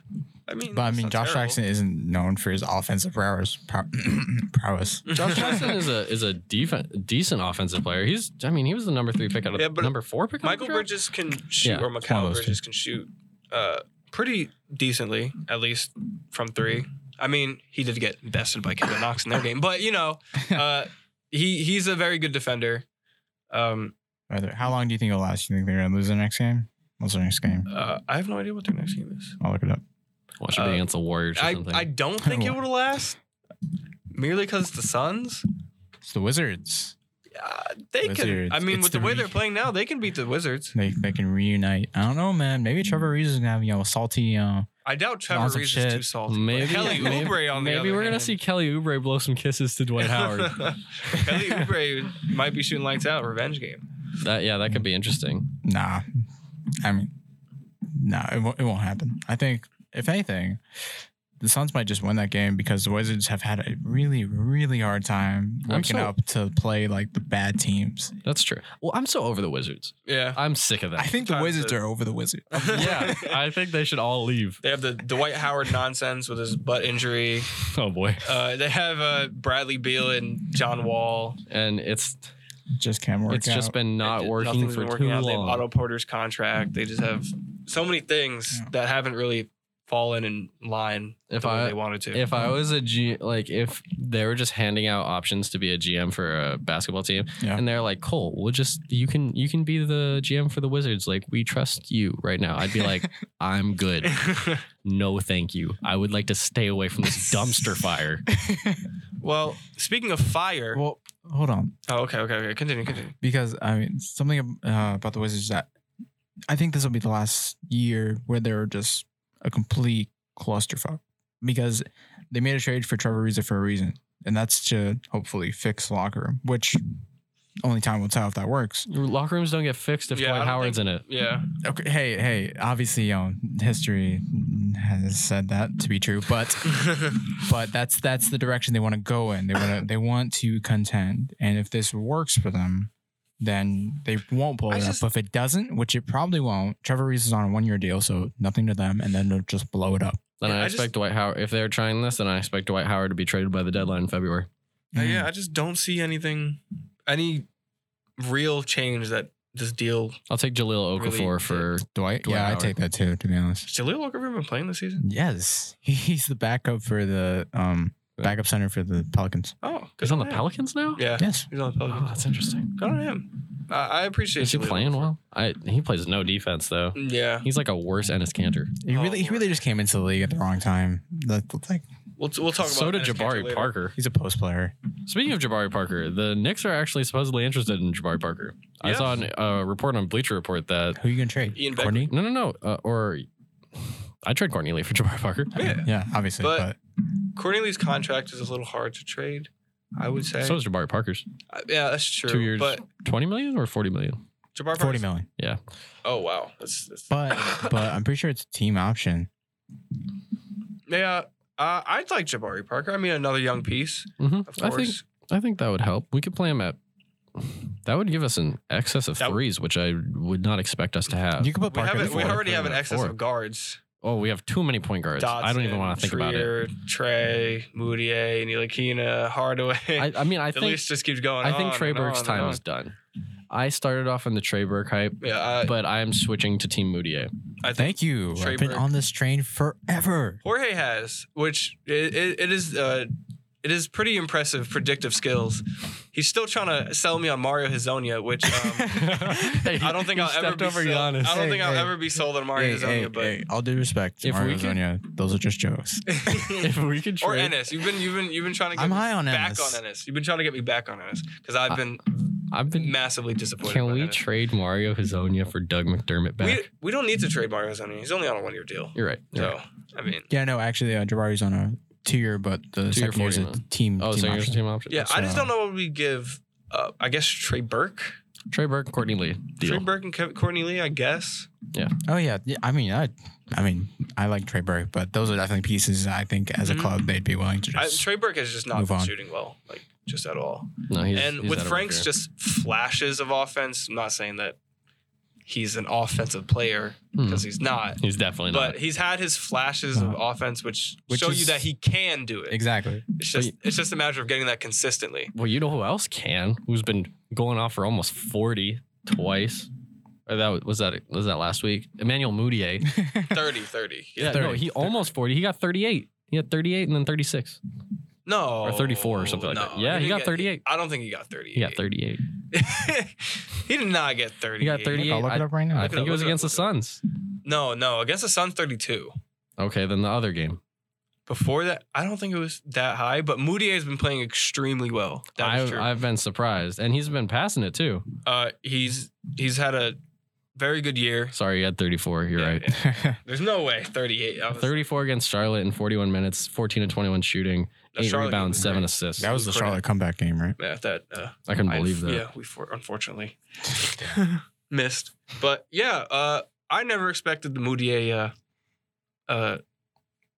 I mean,
But I
that's
mean,
not
Josh
terrible.
Jackson isn't known for his offensive prowess. Prow- prowess.
Josh Jackson is a is a defen- decent offensive player. He's I mean he was the number three pick out of
Yeah, but
number four pick. out of
Michael
the draft?
Bridges can shoot,
Yeah,
or
it's one of
Mikal
those
Bridges can shoot uh, pretty decently, at least from three. I mean, he did get bested by Kevin Knox in their game, but you know, uh, he he's a very good defender. Um,
Are there- How long do you think it'll last? You think they're gonna lose their next game? What's their next game?
uh, I have no idea what their next game is.
I'll look it up.
Watch it be
uh,
against the Warriors or
I,
something.
I don't think it would last, merely because the Suns.
It's the Wizards.
Uh, they can.
Wizards.
I mean,
It's
with the
the
way
re-
they're playing now, they can beat the Wizards.
They they can reunite. I don't know, man. Maybe Trevor Reeves is gonna have you know a salty. Uh,
I doubt Trevor
Awesome
Reeves is too
shit.
salty. but
Maybe-
Kelly
maybe-
Oubre on the
Maybe
other
we're gonna
hand.
see Kelly Oubre blow some kisses to Dwight Howard.
Kelly Oubre might be shooting lights out revenge game.
that yeah, that could be interesting.
nah, I mean, nah, it won't, it won't happen. I think if anything, the Suns might just win that game because the Wizards have had a really really hard time
I'm
waking
so-
up to play like the bad teams.
That's true. Well, I'm so over the Wizards.
Yeah.
I'm sick of
I
that.
think the
Times
Wizards
it.
are over the Wizards.
yeah, I think they should all leave.
They have the Dwight Howard nonsense with his butt injury.
Oh boy,
Uh, they have uh, Bradley Beal and John Wall.
and it's
just can't work
it's
out.
just been not
It-
working
nothing's
for
been
too
They have
long.
Otto Porter's contract. They just have so many things
Yeah.
that haven't really fallen in line
If
the way
I-
they wanted to.
if I was a G, like if they were just handing out options to be a GM for a basketball team,
Yeah.
and they're like, Cole, we'll just you can you can be the GM for the Wizards. Like we trust you right now. I'd be like, I'm good. No, thank you. I would like to stay away from this dumpster fire.
well, speaking of fire.
well, hold on.
oh, okay, okay, okay. Continue, continue.
because I mean something uh, about the Wizards that I think this will be the last year where they're just a complete clusterfuck because they made a trade for Trevor Ariza for a reason, and that's to hopefully fix the locker room, which only time will tell if that works.
Your locker rooms don't get fixed if
Yeah, I
Dwight
don't
Howard's in it.
Yeah.
Okay, hey, hey, obviously, you know, history has said that to be true, but but that's that's the direction they want to go in. They want to they want to contend, and if this works for them, then they won't blow
I
it
just-
up. But if it doesn't, which it probably won't, Trevor Reese is on a one year deal, so nothing to them, and then they'll just blow it up.
Then
Yeah,
I
I just-
expect Dwight Howard. If they're trying this, then I expect Dwight Howard to be traded by the deadline in February.
Uh, yeah, I just don't see anything, any real change that this deal.
I'll take Jaleel Okafor
Really
for.
Dwight.
Dwight
yeah, I
Howard.
take that too. To be honest,
Has Jaleel Okafor been playing this season?
yes, he's the backup for the um backup center for the Pelicans.
Oh,
He's on the
him.
Pelicans now.
Yeah,
Yes,
he's on the
Oh,
Pelicans.
that's interesting.
Good on him. I, I appreciate.
Is he
Jaleel
playing
Okafor.
well? I he plays no defense though.
Yeah.
He's like a worse Ennis Cantor.
he
Oh,
really he really
Lord.
just came into the league at the wrong time. That, that's like
We'll we'll talk about.
So did
Ennis Cantor
Jabari
later.
Parker.
he's a post player.
Speaking of Jabari Parker, the Knicks are actually supposedly interested in Jabari Parker. I
Yeah.
saw an- a report on Bleacher Report that
Who you gonna trade?
Ian Beck-
Courtney.
no, no, no, uh, or I trade Courtney Lee for Jabari Parker.
Yeah.
Yeah, obviously,
But-
but
Cornelius' contract is a little hard to trade. I would say.
So is Jabari Parker's
Uh, yeah, that's true.
two years,
But
twenty million or forty million.
Jabari.
forty
Parker's-
million.
Oh wow. That's, that's,
But but I'm pretty sure it's a team option.
yeah. Uh, I'd like Jabari Parker. I mean, another young piece,
hmm
of
I
course.
think I think that would help. We could play him at. That would give us an excess of
That w-
threes, which I would not expect us to have.
You can put
we
Parker.
have it,
before.
we already have an
Forward.
excess of guards.
oh, we have too many point guards. I don't even want to think about it.
about it. Trey, Moutier, Nilakina, Hardaway.
I, I mean, I
the
think
list just keeps going.
I think
on
Trey
and
Burke's
on and
time
on.
is done. I started off on the Trey Burke hype,
Yeah, I,
but I am switching to Team Moutier.
I think
Thank you.
Trey
I've been
Burke.
on this train forever.
Jorge has, which it, it, it is uh, it is pretty impressive predictive skills. He's still trying to sell me on Mario Hazonia, which um, I don't think I'll ever be sold. I don't
Hey,
think I'll
hey.
ever be sold on Mario Hazonia, but
all due respect,
If
if Mario
we could-
Zonia, those are just jokes.
If we could
or
trade,
Ennis. You've been you've been you've been trying to get
I'm
me
high on
back
Ennis.
on Ennis. You've been trying to get me back on Ennis because I've been
I've been.
massively disappointed.
Can
by
we
Ennis.
trade Mario Hazonia for Doug McDermott back?
We, we don't need to trade Mario Hazonia. He's only on a one year deal.
you're right. You're right.
So I mean,
Yeah, no, actually, uh, Jabari's on a two-year, but the
Two-year,
second year is a
40
team.
Oh,
team
so you're
option.
team option.
yeah, I just
So-
don't know what we give. up. I guess Trey Burke,
Trey Burke, Courtney Lee. Deal.
Trey Burke and Kev- Courtney Lee. I guess.
Oh yeah, yeah, I mean, I, I mean, I like Trey Burke, but those are definitely pieces I think as a
Mhm.
Mm-hmm.
club they'd be willing to
I,
just.
Trey Burke has just not
Move
been
on.
shooting well. Like just at all.
No, he's,
and
he's
with
out of
Frank's
repair.
just flashes of offense, I'm not saying that he's an offensive player
Hmm.
because he's not,
he's definitely not. Uh-huh.
but he's had his flashes of offense, which,
Which
show
is-
you that he can do it.
Exactly.
It's just it's just a matter of getting that consistently.
Well, you know who else can? Who's been going off for almost forty twice? Or that was- was that was that last week? Emmanuel Mudiay.
30, 30.
Yeah, no,
30.
he almost forty. He got thirty-eight. He had thirty-eight and then thirty-six.
No.
Or 34 or something like that. Yeah, he
didn't
got
get-
38.
I don't think he got 38.
He got thirty-eight.
he did not get 38.
He got
Look,
38.
I'll look it up right now.
I
Look it
think
up,
it was
look it up,
against the
look
Suns.
No, no. Against the Suns, 32.
Okay, then the other game.
Before that, I don't think it was that high, but Moutier has been playing extremely well. That is
I've,
true.
I've been surprised, and he's been passing it too.
uh, he's he's had a very good year.
Sorry, he had thirty-four. You're
Yeah,
right.
There's no way 38. I was-
34 against Charlotte in 41 minutes, 14 to 21 shooting,
the
eight
Charlotte
rebounds,
game
seven
great.
assists.
that was the Charlotte comeback game, right?
Yeah, that uh,
I couldn't
I-
believe that.
Yeah, we for, unfortunately missed. But yeah, uh, I never expected the Moutier uh, uh,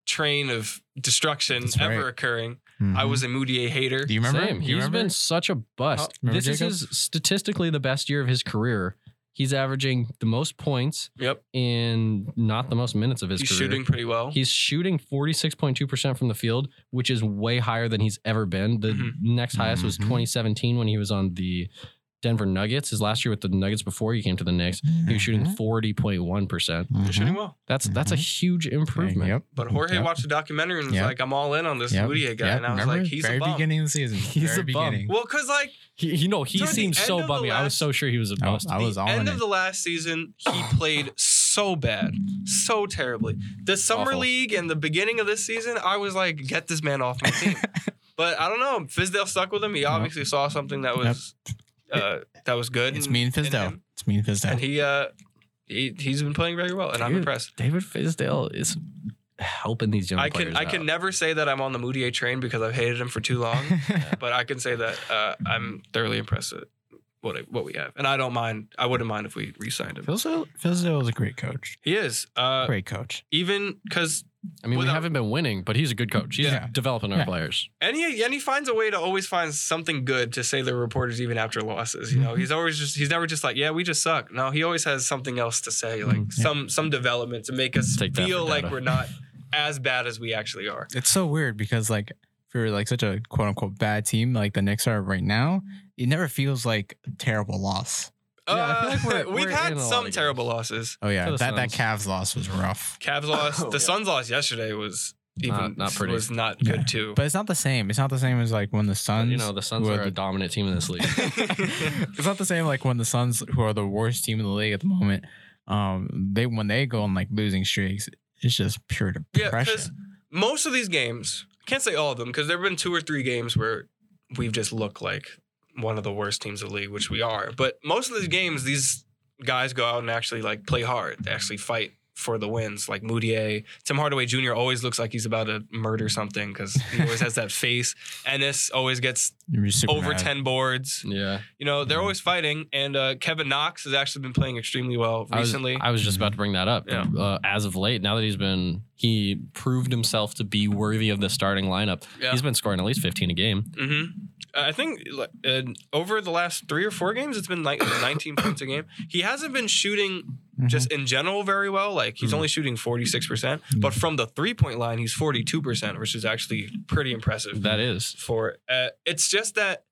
train of destruction
That's right.
ever occurring. I
Mm-hmm.
was a Moutier hater.
Mm-hmm. Do you remember?
Same.
Do
He's
you remember?
been such a bust.
Remember
this is his statistically the best year of his career. He's averaging the most points
Yep,
in not the most minutes of his
he's
career.
shooting pretty well.
He's shooting 46.2% from the field, which is way higher than he's ever been. The
Mhm.
next highest was
Mhm.
2017 when he was on the Denver Nuggets. His last year with the Nuggets before he came to the Knicks, he was
Mm-hmm.
shooting 40.1%.
He's shooting well.
That's that's a
Mhm.
huge improvement.
Mm-hmm. Yep.
But Jorge
Yep.
watched the documentary and was
Yep.
like, "I'm all in on this
Yep.
Moutier guy,"
Yep.
and I was
Remember?
like, "He's
very
a bum."
beginning of the season.
He's
very
a bum.
beginning.
Well, because like
He, you know, he
Toward the
seems
end
so
of the
bummy. I was
last-
so sure he was a
I,
bust.
I was all in
end
it.
of the last season, he played so bad, so terribly. The summer
Awful.
league and the beginning of this season, I was like, "Get this man off my team." but I don't know. Fizdale stuck with him. He obviously saw something that was uh, that was good.
it's
in-
me and
in
Fizdale.
him.
It's me and
and
Fizdale.
he uh, he he's been playing very well, and I'm
Dude,
impressed.
David Fizdale is helping these young
I
players.
can I can
out.
never say that I'm on the Moutier train because I've hated him for too long. but I can say that uh, I'm thoroughly impressed with what I, what we have, and I don't mind. I wouldn't mind if we re-signed him.
Fizdale Fizdale is a great coach.
He is uh,
Great coach.
even because
I mean, we
without-
haven't been winning, but he's a good coach. He's
Yeah.
developing our
Yeah.
players.
and he and he finds a way to always find something good to say to reporters even after losses. You know,
Mm-hmm.
he's always just he's never just like yeah we just suck. No, he always has something else to say, like
Yeah.
some some development to make us
Mm-hmm. Take that
feel
for
like
data.
we're not as bad as we actually are.
It's so weird because like for like such a quote unquote bad team like the Knicks are right now, it never feels like a terrible loss.
Yeah, I feel like we're-
Uh, we've
we're in
had
a lot
some
of
terrible
games.
losses.
Oh
For
yeah,
the
that that
Suns.
Cavs loss was rough.
Cavs lost.
Oh,
the
yeah.
Suns loss yesterday was even
Not- not pretty.
was not
Yeah.
good too.
But it's not the same. It's not the same as like when the Suns
you know, the Suns
who
are
the-
a dominant team in this league.
it's not the same like when the Suns, who are the worst team in the league at the moment, um, they when they go on like losing streaks, it's just pure
Yeah, 'cause
depression.
most of these games, can't say all of them, because there have been two or three games where we've just looked like one of the worst teams in the league, which we are. But most of these games, these guys go out and actually like play hard. They actually fight for the wins. Like Moutier, Tim Hardaway Jr. always looks like he's about to murder something because he always has that face. Ennis always gets
You're super
over
mad.
ten boards.
yeah.
You know
Mm-hmm.
they're always fighting, and uh, Kevin Knox has actually been playing extremely well
I was-
recently.
I was, just about to bring that up.
Yeah.
Uh, as of late, now that he's been, he proved himself to be worthy of the starting lineup.
Yeah.
He's been scoring at least 15 a game.
hmm I think like, uh, over the last three or four games, it's been like 19 points a game. He hasn't been shooting
Mhm.
just in general very well. Like he's
Mhm.
only shooting 46%, but from the three point line, he's 42%, which is actually pretty impressive.
That is.
for uh, it's just that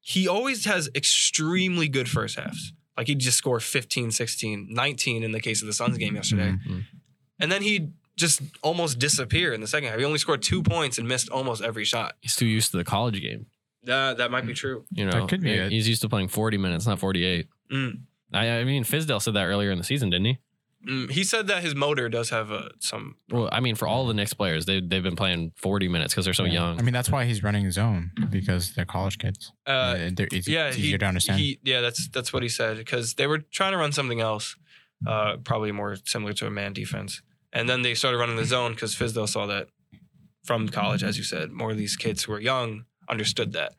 he always has extremely good first halves. Like he'd just score 15, 16, 19 in the case of the Suns game yesterday.
Mhm.
And then he'd just almost disappear in the second half. He only scored two points and missed almost every shot.
He's too used to the college game.
Uh, that might be true.
You know,
That could be
He-
it.
he's used to playing 40 minutes, not 48.
Mm.
I, I mean, Fizdale said that earlier in the season, didn't he?
Mm, he said that his motor does have uh, some.
Well, I mean, for all the Knicks players, they they've been playing 40 minutes because they're so
Mm-hmm. Yeah.
young.
I mean, that's why he's running zone because they're college kids.
Mm-hmm. Uh,
And they're easy,
yeah,
it's
he,
easier to understand.
he- yeah, that's that's what he said because they were trying to run something else, uh, probably more similar to a man defense, and then they started running the zone because Fizdale saw that from college, as you said, more of these kids who are young understood that,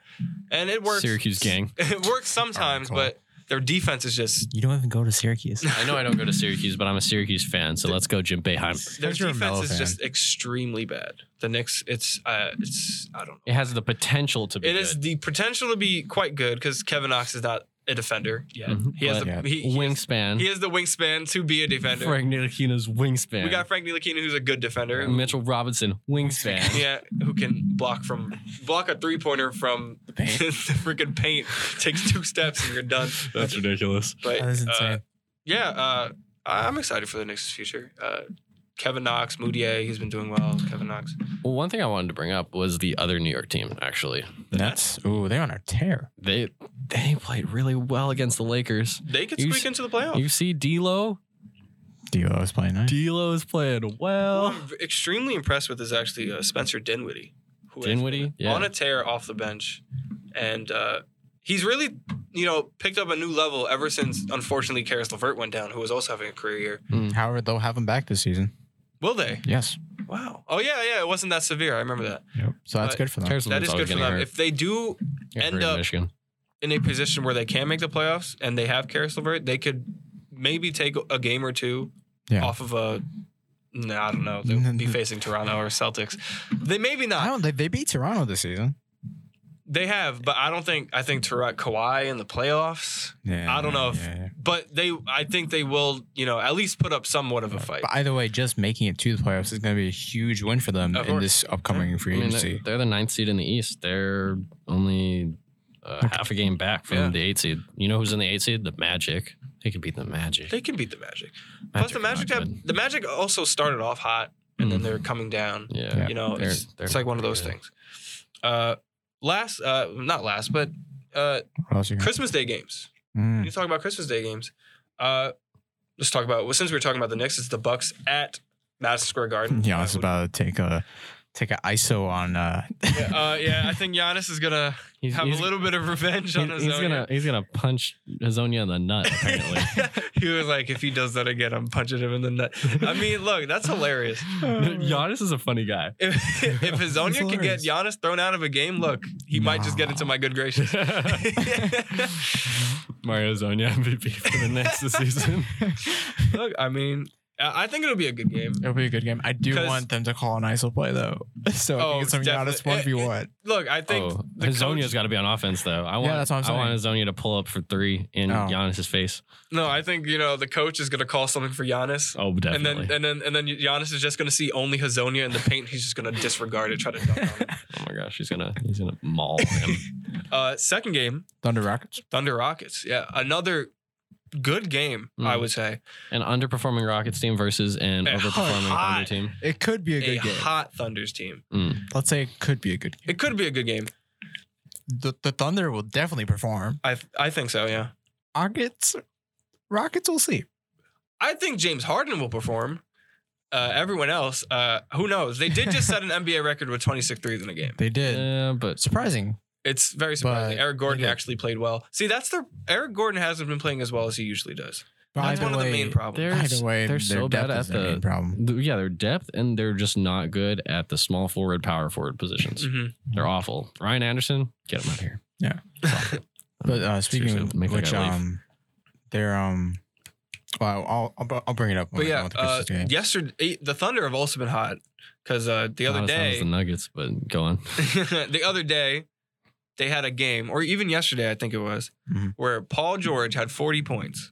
and it works.
Syracuse gang.
It works sometimes,
All right,
but Their defense is just
You don't even go to Syracuse.
I know I don't go to Syracuse, but I'm a Syracuse fan, so let's go Jim Boeheim.
their
Because you're a
defense
Melo
is
fan.
just extremely bad. The Knicks, it's uh, it's I don't know.
It has the potential to be.
It is the potential to be quite good because Kevin Knox is not a defender yet.
Mhm.
He has
But-
the
Yeah.
he, he,
wingspan.
he has the wingspan to be a defender.
Frank Ntilikina's wingspan.
We got Frank Ntilikina, who's a good defender. who-
Mitchell Robinson wingspan.
Yeah, who can block from block a three pointer from the
The paint.
freaking paint. Takes two steps and you're done.
That's ridiculous.
But
That is
uh,
insane.
yeah, uh, I- I'm excited for the Knicks' future. Uh, Kevin Knox, Moutier, he's been doing well. Kevin Knox.
Well, one thing I wanted to bring up was the other New York team. Actually,
The Nets. Ooh, they're on a tear.
they they played really well against the Lakers.
They could
You
squeak
s-
into the playoffs.
You see D'Lo.
D'Lo is playing nice.
D'Lo is playing
Who
well.
I'm extremely impressed with is actually uh, Spencer Dinwiddie. Who is
Dinwiddie, yeah.
On a tear off the bench. And uh, he's really, you know, picked up a new level ever since, unfortunately, Karis LeVert went down, who was also having a career year.
Howard, they'll have him back this season.
Will they?
Yes.
Wow. Oh, yeah, yeah. It wasn't that severe. I remember that.
Yep. So that's
But-
good for them.
Harrison
that
Hood's
is
always
good for
getting
them.
hurt.
If they do
Got
end
hurt in
up-
Michigan.
in a position where they can make the playoffs and they have Karis LeVert, they could maybe take a game or two
Yeah.
off of a. No, I don't know. They'll be facing Toronto or Celtics. They maybe
I
not.
don't. They, they beat Toronto this season.
They have, but I don't think. I think Toronto Kawhi in the playoffs.
Yeah.
I don't know if-
yeah, yeah.
But they, I think they will. You know, at least put up somewhat of a fight.
But either way, just making it to the playoffs is going to be a huge win for them
Of
in
course.
this upcoming
I
free
mean,
agency.
they're, they're the ninth seed in the East. They're only uh, half a game back from
Yeah.
the eight seed. You know who's in the eight seed? The Magic. They could beat the Magic.
They can beat the Magic. Plus, the
are not
Magic have,
good. Mm.
the Magic also started off hot and then they're coming down.
Yeah.
Yeah.
you know,
They're-
it's,
they're
it's like
not
one of those
good.
things. Uh, last, uh, not last, but uh,
What else you got?
Christmas Day games.
Mm.
You talk about Christmas Day games. Uh, let's talk about well, since we were talking about the Knicks, it's the Bucks at Madison Square Garden.
Yeah, I
Uh,
was about to take a take a ISO on. Uh,
Yeah, uh, yeah, I think Giannis is gonna
He's,
have
he's-
a little bit of revenge on
he's-
his
he's
own.
gonna he's gonna punch Hazonia in the nut. Apparently,
he was like, if he does that again, I'm punching him in the nut. I mean, look, that's hilarious.
Giannis is a funny guy.
If if Hazonia could get Giannis thrown out of a game, look, he might just get into my good graces.
Mario Hazonia MVP for the next season.
look, I mean, I I think it'll be a good game.
It'll be a good game. I do
'Cause-
want them to call an ISO play though, so
Oh,
oh, it's something honest
definitely.
one v one.
Look, I think
Oh,
the coach-
Hazonia's got to be on offense though. I want
that's what I'm
I want Hazonia to pull up for three in
Oh.
Giannis's face.
No, I think you know the coach is gonna call something for Giannis,
Oh, definitely.
and then and then and then Giannis is just gonna see only Hazonia in the paint. He's just gonna disregard it, try to dunk on it.
oh my gosh, he's gonna he's gonna maul him.
Uh, second game,
Thunder Rockets.
Thunder Rockets. Yeah, another good game,
Mm.
I would say.
an underperforming Rockets team versus an
A
overperforming
hot-
Thunder team. Mm.
It could be a
A
good game.
hot Thunder's team.
Let's say it could be a good game.
It could be a good game.
The, the Thunder will definitely perform.
I I think so. Yeah,
Rockets, Rockets will see.
I think James Harden will perform. Uh, everyone else, uh, who knows? They did just set an NBA record with 26 threes in a game.
They did.
Yeah, but
Surprising.
It's very surprising.
But-
Eric Gordon
Yeah.
actually played well. See, that's the Eric Gordon hasn't been playing as well as he usually does.
But
That's
either
one of the
way-
main problems.
they're-
Either way,
They're
their
so
depth
bad
is
at
their
the-
main problem.
th- yeah, their depth and they're just not good at the small forward, power forward positions.
Mhm.
They're awful. Ryan Anderson, get him out of here.
Yeah.
Awful.
But uh, speaking
Seriously,
of
make that
which,
guy leave.
um, they're um, well, I'll I'll, br- I'll bring it up.
But
when I
yeah,
want the
uh,
Christmas game.
yesterday the Thunder have also been hot because uh, the
Not
other
as hot as
day,
the Nuggets, but go on.
the other day, they had a game, or even yesterday, I think it was,
Mhm.
where Paul George had 40 points,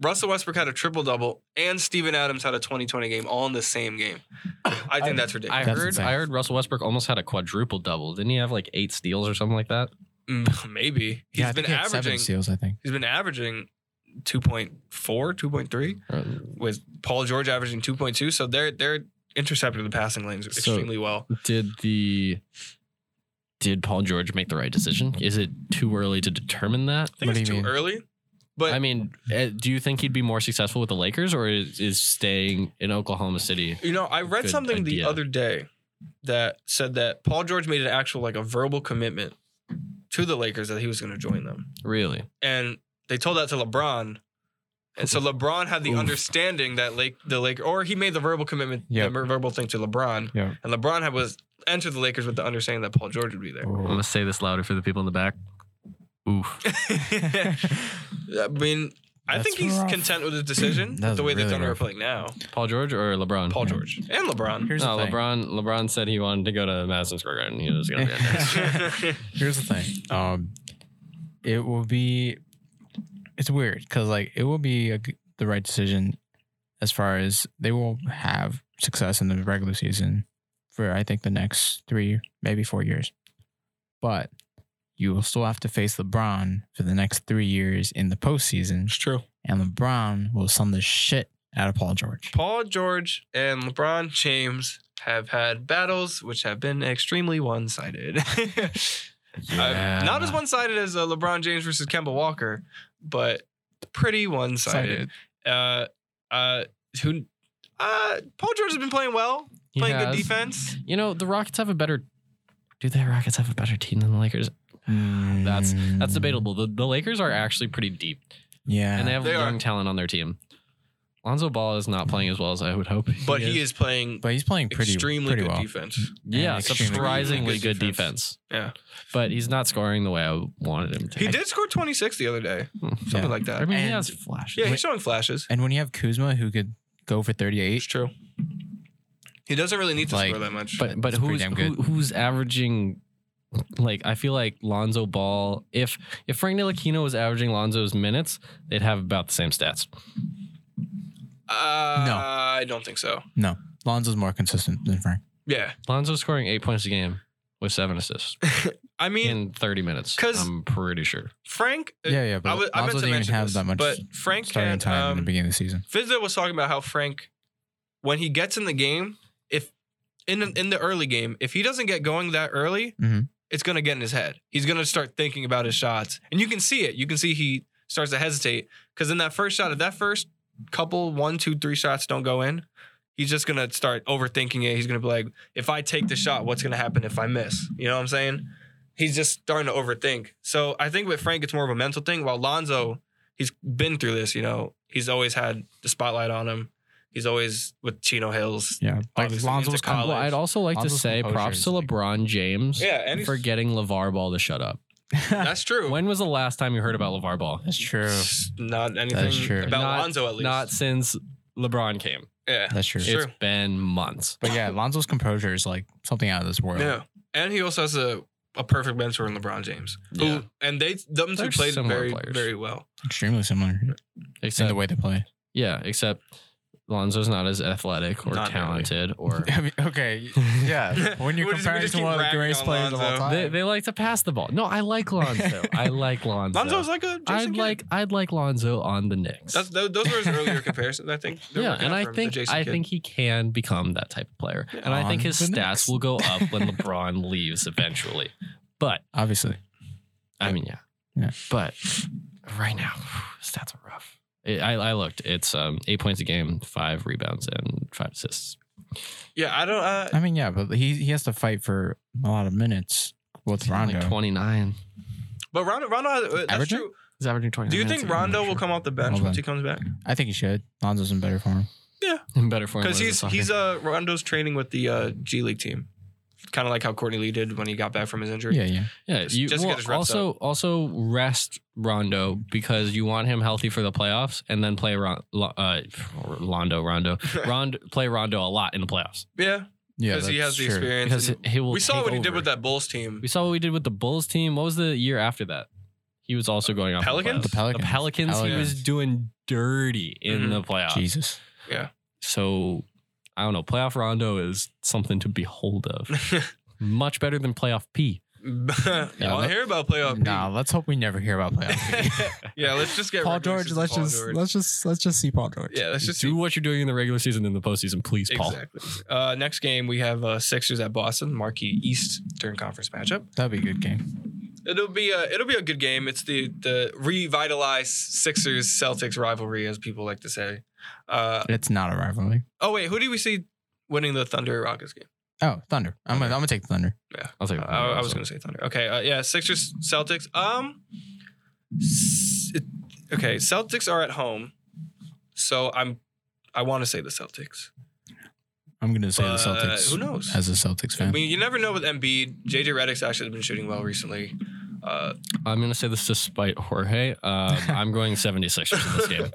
Russell Westbrook had a triple double, and Steven Adams had a 20-20 game all in the same game. I think that's
I
ridiculous.
That's
heard
insane.
I heard Russell Westbrook almost had a quadruple double. Didn't he have like eight steals or something like that?
Mm, Maybe he's
yeah, I
been
think he had seven
averaging.
steals. I think.
He's been averaging 2.4, 2.3,
Or-
with Paul George averaging 2.2. So they're they're intercepting the passing lanes
So-
extremely well.
Did the did Paul George make the right decision? Is it too early to determine that?
I think
What do
it's too
you mean?
early, but
I mean, eh, do you think he'd be more successful with the Lakers or is, is staying in Oklahoma City?
You know, I read
good
something the
idea.
other day that said that Paul George made an actual like a verbal commitment to the Lakers that he was going to join them,
Really?
and they told that to LeBron, and so LeBron had the
Oof.
understanding that Lake the Lake or he made the verbal commitment,
Yep.
the verbal thing to LeBron,
Yep.
and LeBron
Oh.
had was entered the Lakers with the understanding that Paul George would be there.
I'm gonna say this louder for the people in the back. Oof.
I mean, I
That's
think he's
rough.
content with his decision,
That was
the way the
really
Thunder are
rough.
playing now.
Paul George or LeBron?
Paul George and
Hmm?
Oh, LeBron.
Here's
no,
the thing.
LeBron. LeBron said he wanted to go to Madison Square Garden. He was gonna be on there.
Here's the thing.
Um,
It will be. It's weird because like it will be a g the right decision, as far as they will have success in the regular season, for I think the next three maybe four years, but you will still have to face LeBron for the next three years in the postseason,
true.
and LeBron will sum the shit out of Paul George.
Paul George and LeBron James have had battles which have been extremely one-sided. Uh, not as one-sided as uh, LeBron James versus Kemba Walker, but pretty one-sided. Uh, uh, who? Uh, Paul George has been playing well,
He
playing
has-
good defense.
You know the Rockets have a better. Do the Rockets have a better team than the Lakers?
Mm.
That's- That's debatable. The, the Lakers are actually pretty deep,
Yeah,
and they have
They
young
are.
talent on their team. Lonzo Ball is not playing as well as I would hope, he
But he is playing
but he's playing pretty
extremely
pretty
good
well.
defense.
Yeah,
extremely
surprisingly
good
good
defense.
defense.
Yeah.
but he's not scoring the way I wanted him to.
He did score 26 the other day,
Hmm.
something
Yeah.
like
I
that.
mean, he
And-
has flashes.
Yeah, he's showing flashes.
And when you have Kuzma who could go for thirty eight,
It's true. He doesn't really need to
Like,
score that much.
But but
It's pretty
who's
damn
who, who's averaging? Like I feel like Lonzo Ball. If if Frank Ntilikina was averaging Lonzo's minutes, they'd have about the same stats.
Uh,
No.
I don't think so.
no, Lonzo's more consistent than Frank.
Yeah.
Lonzo's scoring eight points a game with seven assists
I mean,
in thirty minutes.
'Cause-
I'm pretty sure.
Frank,
Yeah, yeah, but
Uh, I, was, I meant
Lonzo
to
didn't
mention
even have
this,
that much
but Frank
starting
can,
time in the
um,
beginning of the season.
Fizdale was talking about how Frank, when he gets in the game, if in in the early game, if he doesn't get going that early,
Mhm.
it's gonna get in his head. He's gonna start thinking about his shots, and you can see it. You can see he starts to hesitate because in that first shot, if that first couple one, two, three shots don't go in, he's just gonna start overthinking it. He's gonna be like, if I take the shot, what's gonna happen if I miss? You know what I'm saying? He's just starting to overthink. So I think with Frank, it's more of a mental thing. While Lonzo, he's been through this. You know, he's always had the spotlight on him. He's always with Chino Hills.
Yeah, like
obviously,
Lonzo's
it's a
kind
Well, I'd also like
Lonzo's
to say
composure
props
is
to
like-
LeBron James
Yeah, and he's,
for getting LeVar Ball to shut up.
that's true.
When was the last time you heard about LeVar Ball?
That's true.
Not anything
That's true.
about
Not-
Lonzo at least.
Not since LeBron came.
yeah,
That's true.
Sure.
It's been months.
But yeah, Lonzo's composure is like something out of this world.
yeah. And he also has a, a perfect mentor in LeBron James. Who
Yeah.
and they them
They're
two played
similar
very
players.
very well.
Extremely similar in
Except
the way they play.
Yeah, except Lonzo's not as athletic or
Not really.
talented or
I mean, okay. Yeah. When you're
We're just- we
comparing
just
to
keep
one of the
ragging
greatest
on
players of all
Lonzo.
time.
they, they like to pass the ball. No, I like Lonzo. I like Lonzo.
Lonzo's like a Jason
I'd
Kidd.
like I'd like Lonzo on the Knicks.
that's tho- those were his earlier comparisons. I think. They're
yeah,
working
and
out
I
for him, the
think
Jason
I
Kidd.
think he can become that type of player. And I think
On
his
the
stats
Knicks.
will go up when LeBron leaves eventually. But
Obviously.
I mean, yeah.
Yeah.
But right now, stats are rough. It, I, I looked. It's um, eight points a game, five rebounds, and five assists.
Yeah, I don't. Uh,
I mean, yeah, but he he has to fight for a lot of minutes with Rondo.
Like 29.
but Rondo, Rondo, has- uh, that's
Averaging?
true.
He's averaging 29.
Do you
minutes a
think
game, I'm
Rondo will
sure.
come off the bench
Hold
once
on.
he comes back?
I think he should. Lonzo's in better form.
in better form
Because
when
he's
he's a soccer.
he's uh Rondo's training with the uh, G League team, kind of like how Courtney Lee did when he got back from his injury.
Yeah, yeah.
yeah.
just-
You,
just to
well,
get his reps
also also rest Rondo because you want him healthy for the playoffs, and then play Ron, Lo- uh, Rondo Rondo Rondo play Rondo a lot in the playoffs
yeah,
Yeah.
because he has
that's
the
true.
experience.
because
and
he will.
we saw
take
what he did
over.
with that Bulls team.
We saw what we did with the Bulls team. What was the year after that? He was also going off
Pelicans?
The,
The
playoffs. the
Pelicans.
Pelicans. He was
Pelicans.
doing dirty in
Mhm.
the playoffs.
Jesus.
So I don't know. Playoff Rondo is something to behold of. Much better than playoff P.
I want to
that-
hear about playoff. P.
Nah, let's hope we never hear about playoff.
yeah, let's just get
Paul
regular
George,
season
let's
Paul
just
George.
let's just let's just see Paul George.
yeah, let's just
do
see.
what you're doing in the regular season in the postseason, please, Paul.
Exactly. Uh, next game we have uh, Sixers at Boston, marquee East during conference matchup.
That'd be a good game.
It'll be a it'll be a good game. It's the the revitalized Sixers Celtics rivalry, as people like to say. Uh,
It's not a rivalry.
oh wait, who do we see winning the Thunder Rockets game?
Oh, Thunder. I'm gonna I'm gonna take Thunder.
I'll take.
I, I was going to say Thunder. Okay, uh, yeah, Sixers Celtics. Um, s- it- okay, Celtics are at home, so I'm I want to say the Celtics.
I'm gonna say
But uh,
the Celtics.
Who knows?
As a Celtics
I
fan,
mean, you never know with Embiid. JJ Redick's actually been shooting well recently. Uh,
I'm going to say this despite Jorge. Um, I'm going 76ers in this game.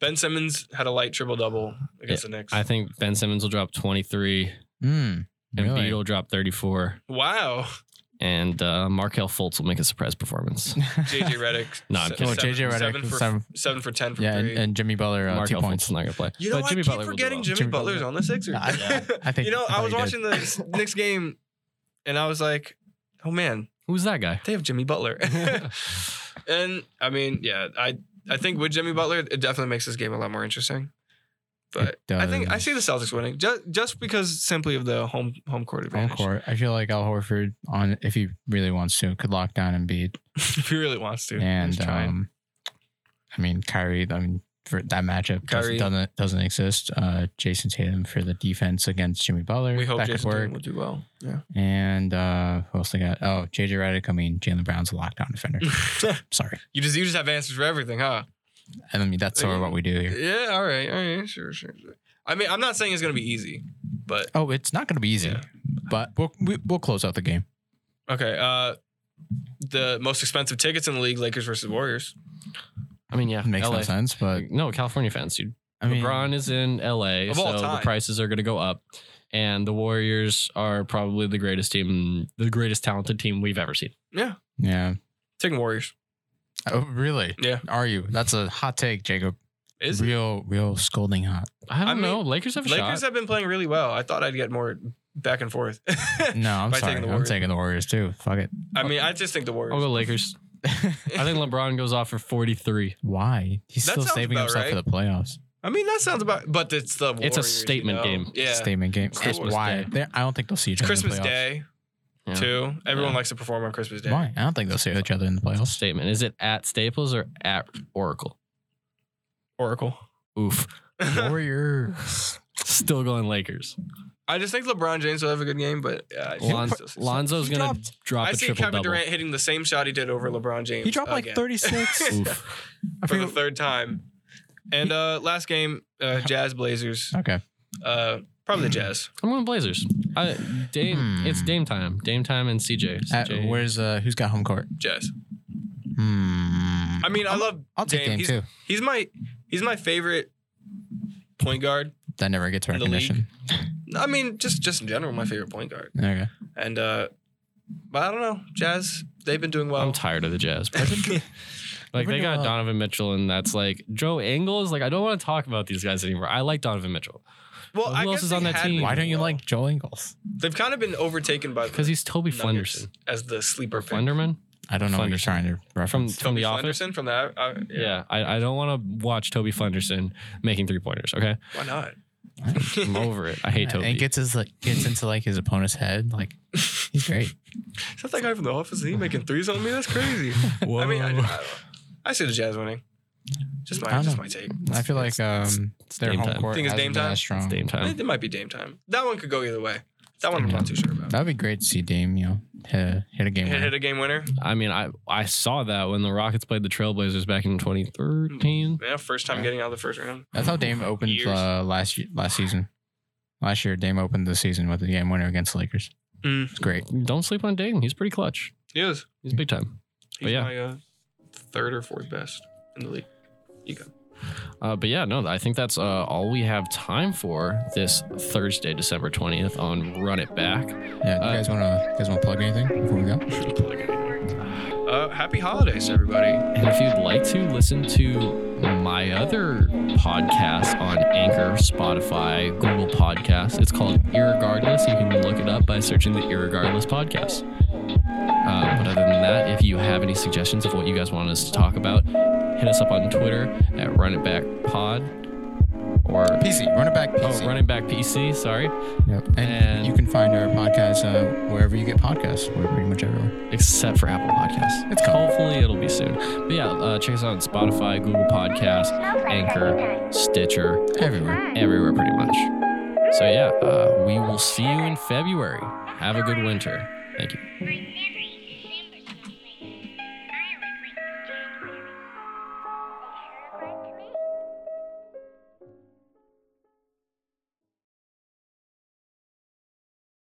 ben Simmons had a light triple double against the Knicks.
I think Ben Simmons will drop 23,
Mm,
and
really?
Embiid will drop 34,
wow,
and uh, Markel Fultz will make a surprise performance.
JJ Redick.
No, I'm
se-
kidding.
Oh, JJ Redick
seven
was
for
seven.
seven for ten from
yeah,
three.
and, and Jimmy Butler uh, two
Markel Fultz
points.
is not going to play.
you know,
but
I
Jimmy
keep
Butler will do
forgetting
well.
Jimmy,
Jimmy
Butler's
Butler.
on the Sixers.
I- yeah, I think
you know,
I
I
thought
was
you did.
watching the Knicks game, and I was like, oh man,
Who's that guy?
they have Jimmy Butler. and I mean, yeah, I I think with Jimmy Butler, it definitely makes this game a lot more interesting. But
It
I think I
does.
see the Celtics winning just just because simply of the home home court
On
advantage.
court, I feel like Al Horford on if he really wants to could lock down Embiid
if he really wants to.
and
He's trying.
um, I mean Kyrie. I mean for that matchup
Kyrie.
doesn't doesn't, doesn't exist. Uh, Jason Tatum for the defense against Jimmy Butler.
we hope
that could
Jason
um, work.
Tatum will do well. Yeah.
And uh, who else they got? Oh, JJ Redick. I mean Jalen Brown's a lockdown defender. Sorry,
you just you just have answers for everything, huh?
I mean that's sort of what we do here.
Yeah. All right. All right. Sure. Sure. sure. I mean, I'm not saying it's gonna be easy, but
Oh, it's not going to be easy,
Yeah.
but we'll, we, we'll close out the game.
okay. Uh, the most expensive tickets in the league: Lakers versus Warriors.
I mean, yeah,
Makes
LA.
no sense, but
Uh, No, California fans, dude.
I mean,
LeBron is in LA,
Of all
so the
time.
prices are going to go up. And the Warriors are probably the greatest team, the greatest talented team we've ever seen.
Yeah.
yeah.
Taking Warriors.
Oh, really?
Yeah.
Are you? That's a hot take, Jacob.
Is it?
real, real scolding hot.
I don't
I mean,
know. Lakers have a
Lakers
shot.
have been playing really well. I thought I'd get more back and forth.
No, I'm
By
sorry.
taking the
I'm
Warriors.
taking the Warriors too. Fuck it.
I mean, I just think the Warriors.
I'll go Lakers. Oh, I think LeBron goes off for 43.
Why? He's
That
still
sounds
saving
about
himself for
right.
the playoffs.
I mean, that sounds about. But it's the Warriors,
It's a statement
you know?
game.
Yeah,
Statement game.
It's Christmas
Why?
Day.
They're- I don't think they'll see each
it's
other.
Christmas
in the playoffs.
Day
Yeah.
too. Everyone
Yeah.
likes to perform on Christmas Day.
Why? I don't think they'll see each other in the playoffs.
Statement. Is it at Staples or at Oracle?
Oracle.
Oof.
Warriors.
Still going Lakers.
I just think LeBron James will have a good game, but yeah, I,
Lon-
still see-
Lonzo's
he
going to
dropped-
drop
I
a
see
triple
Kevin
double.
Durant hitting the same shot he did over LeBron James.
He dropped like
again
36.
Oof.
I
for the
forget-
third time. And uh last game, uh Jazz Blazers.
Okay.
Uh probably
Hmm.
the Jazz.
I'm going Blazers. I, Dame,
Hmm.
It's Dame time. Dame time and CJ.
At-
CJ.
where's uh? Who's got home court?
Jazz.
Hmm.
I mean, I love
I'll take
Dame.
Dame,
He's-
too.
he's my he's my favorite point guard.
That never gets
in the league.
recognition.
I mean, just just in general, my favorite point guard.
Okay.
And uh but I don't know, Jazz, they've been doing well.
I'm tired of the Jazz. bro. Like
We're
they
doing
got
well.
Donovan Mitchell, and that's like Joe Ingles. Like I don't want to talk about these guys anymore. I like Donovan Mitchell
well,
Who
I
else
guess
is
they
on that
had
team?
been
Why don't you
well.
like Joel Ingles?
They've kind of been overtaken by
because he's Toby
Nuggets
Flenderson.
as the sleeper pick.
Flenderman
I don't know what you're
Flenderson.
trying to
from
reference.
from
Toby
the office.
Flenderson from that. Uh,
Yeah, I, I don't want to watch Toby Flenderson making three pointers. Okay,
Why not?
I'm over it. I hate
Yeah,
Toby.
And gets his like gets into like his opponent's head. Like he's great.
Is that that guy from the office? Is he making threes on me? That's crazy. I mean, I, I, I see the Jazz winning. Just
I
my,
don't
just
know.
my take.
I feel like um their
Dame
home
time.
court
Think it's
hasn't
Dame
been
time?
as
it's
strong.
Dame
I
time.
think It might be Dame time. That one could go either way. That one I'm not too sure about.
That'd be great to see Dame. You know, hit, hit a game.
Hit,
winner.
hit a game winner.
I mean, I I saw that when the Rockets played the Trailblazers back in 2013.
Yeah, first time getting out of the first round.
That's how Dame opened
Years.
uh, last ye- last season. Last year, Dame opened the season with a game winner against the Lakers.
Mm.
It's great.
Don't sleep on Dayton. He's pretty clutch.
He is.
He's big time. But
Oh,
He's
yeah.
my uh, third or fourth best in the league. You go.
Uh, but yeah, no, I think that's uh, all we have time for this Thursday, December 20th on Run It Back.
Yeah,
Uh,
you guys want to guys want to plug anything before we go?
Uh, happy holidays, everybody.
And if you'd like to listen to my other podcast on Anchor, Spotify, Google Podcasts, it's called Irregardless. You can look it up by searching the Irregardless podcast. Uh, but other than that, if you have any suggestions of what you guys want us to talk about, hit us up on Twitter at Run It Back Pod or
PC, run it back.
oh,
PC.
Running Back PC. Sorry.
Yep. And,
And-
you can find our podcast uh, wherever you get podcasts. We're pretty much everywhere.
except for Apple Podcasts.
It's coming.
Hopefully, it'll be soon. But yeah, uh, check us out on Spotify, Google Podcasts, Anchor, Stitcher,
Everywhere.
everywhere pretty much. So yeah, uh, we will see you in February. Have a good winter. Thank you.
Three,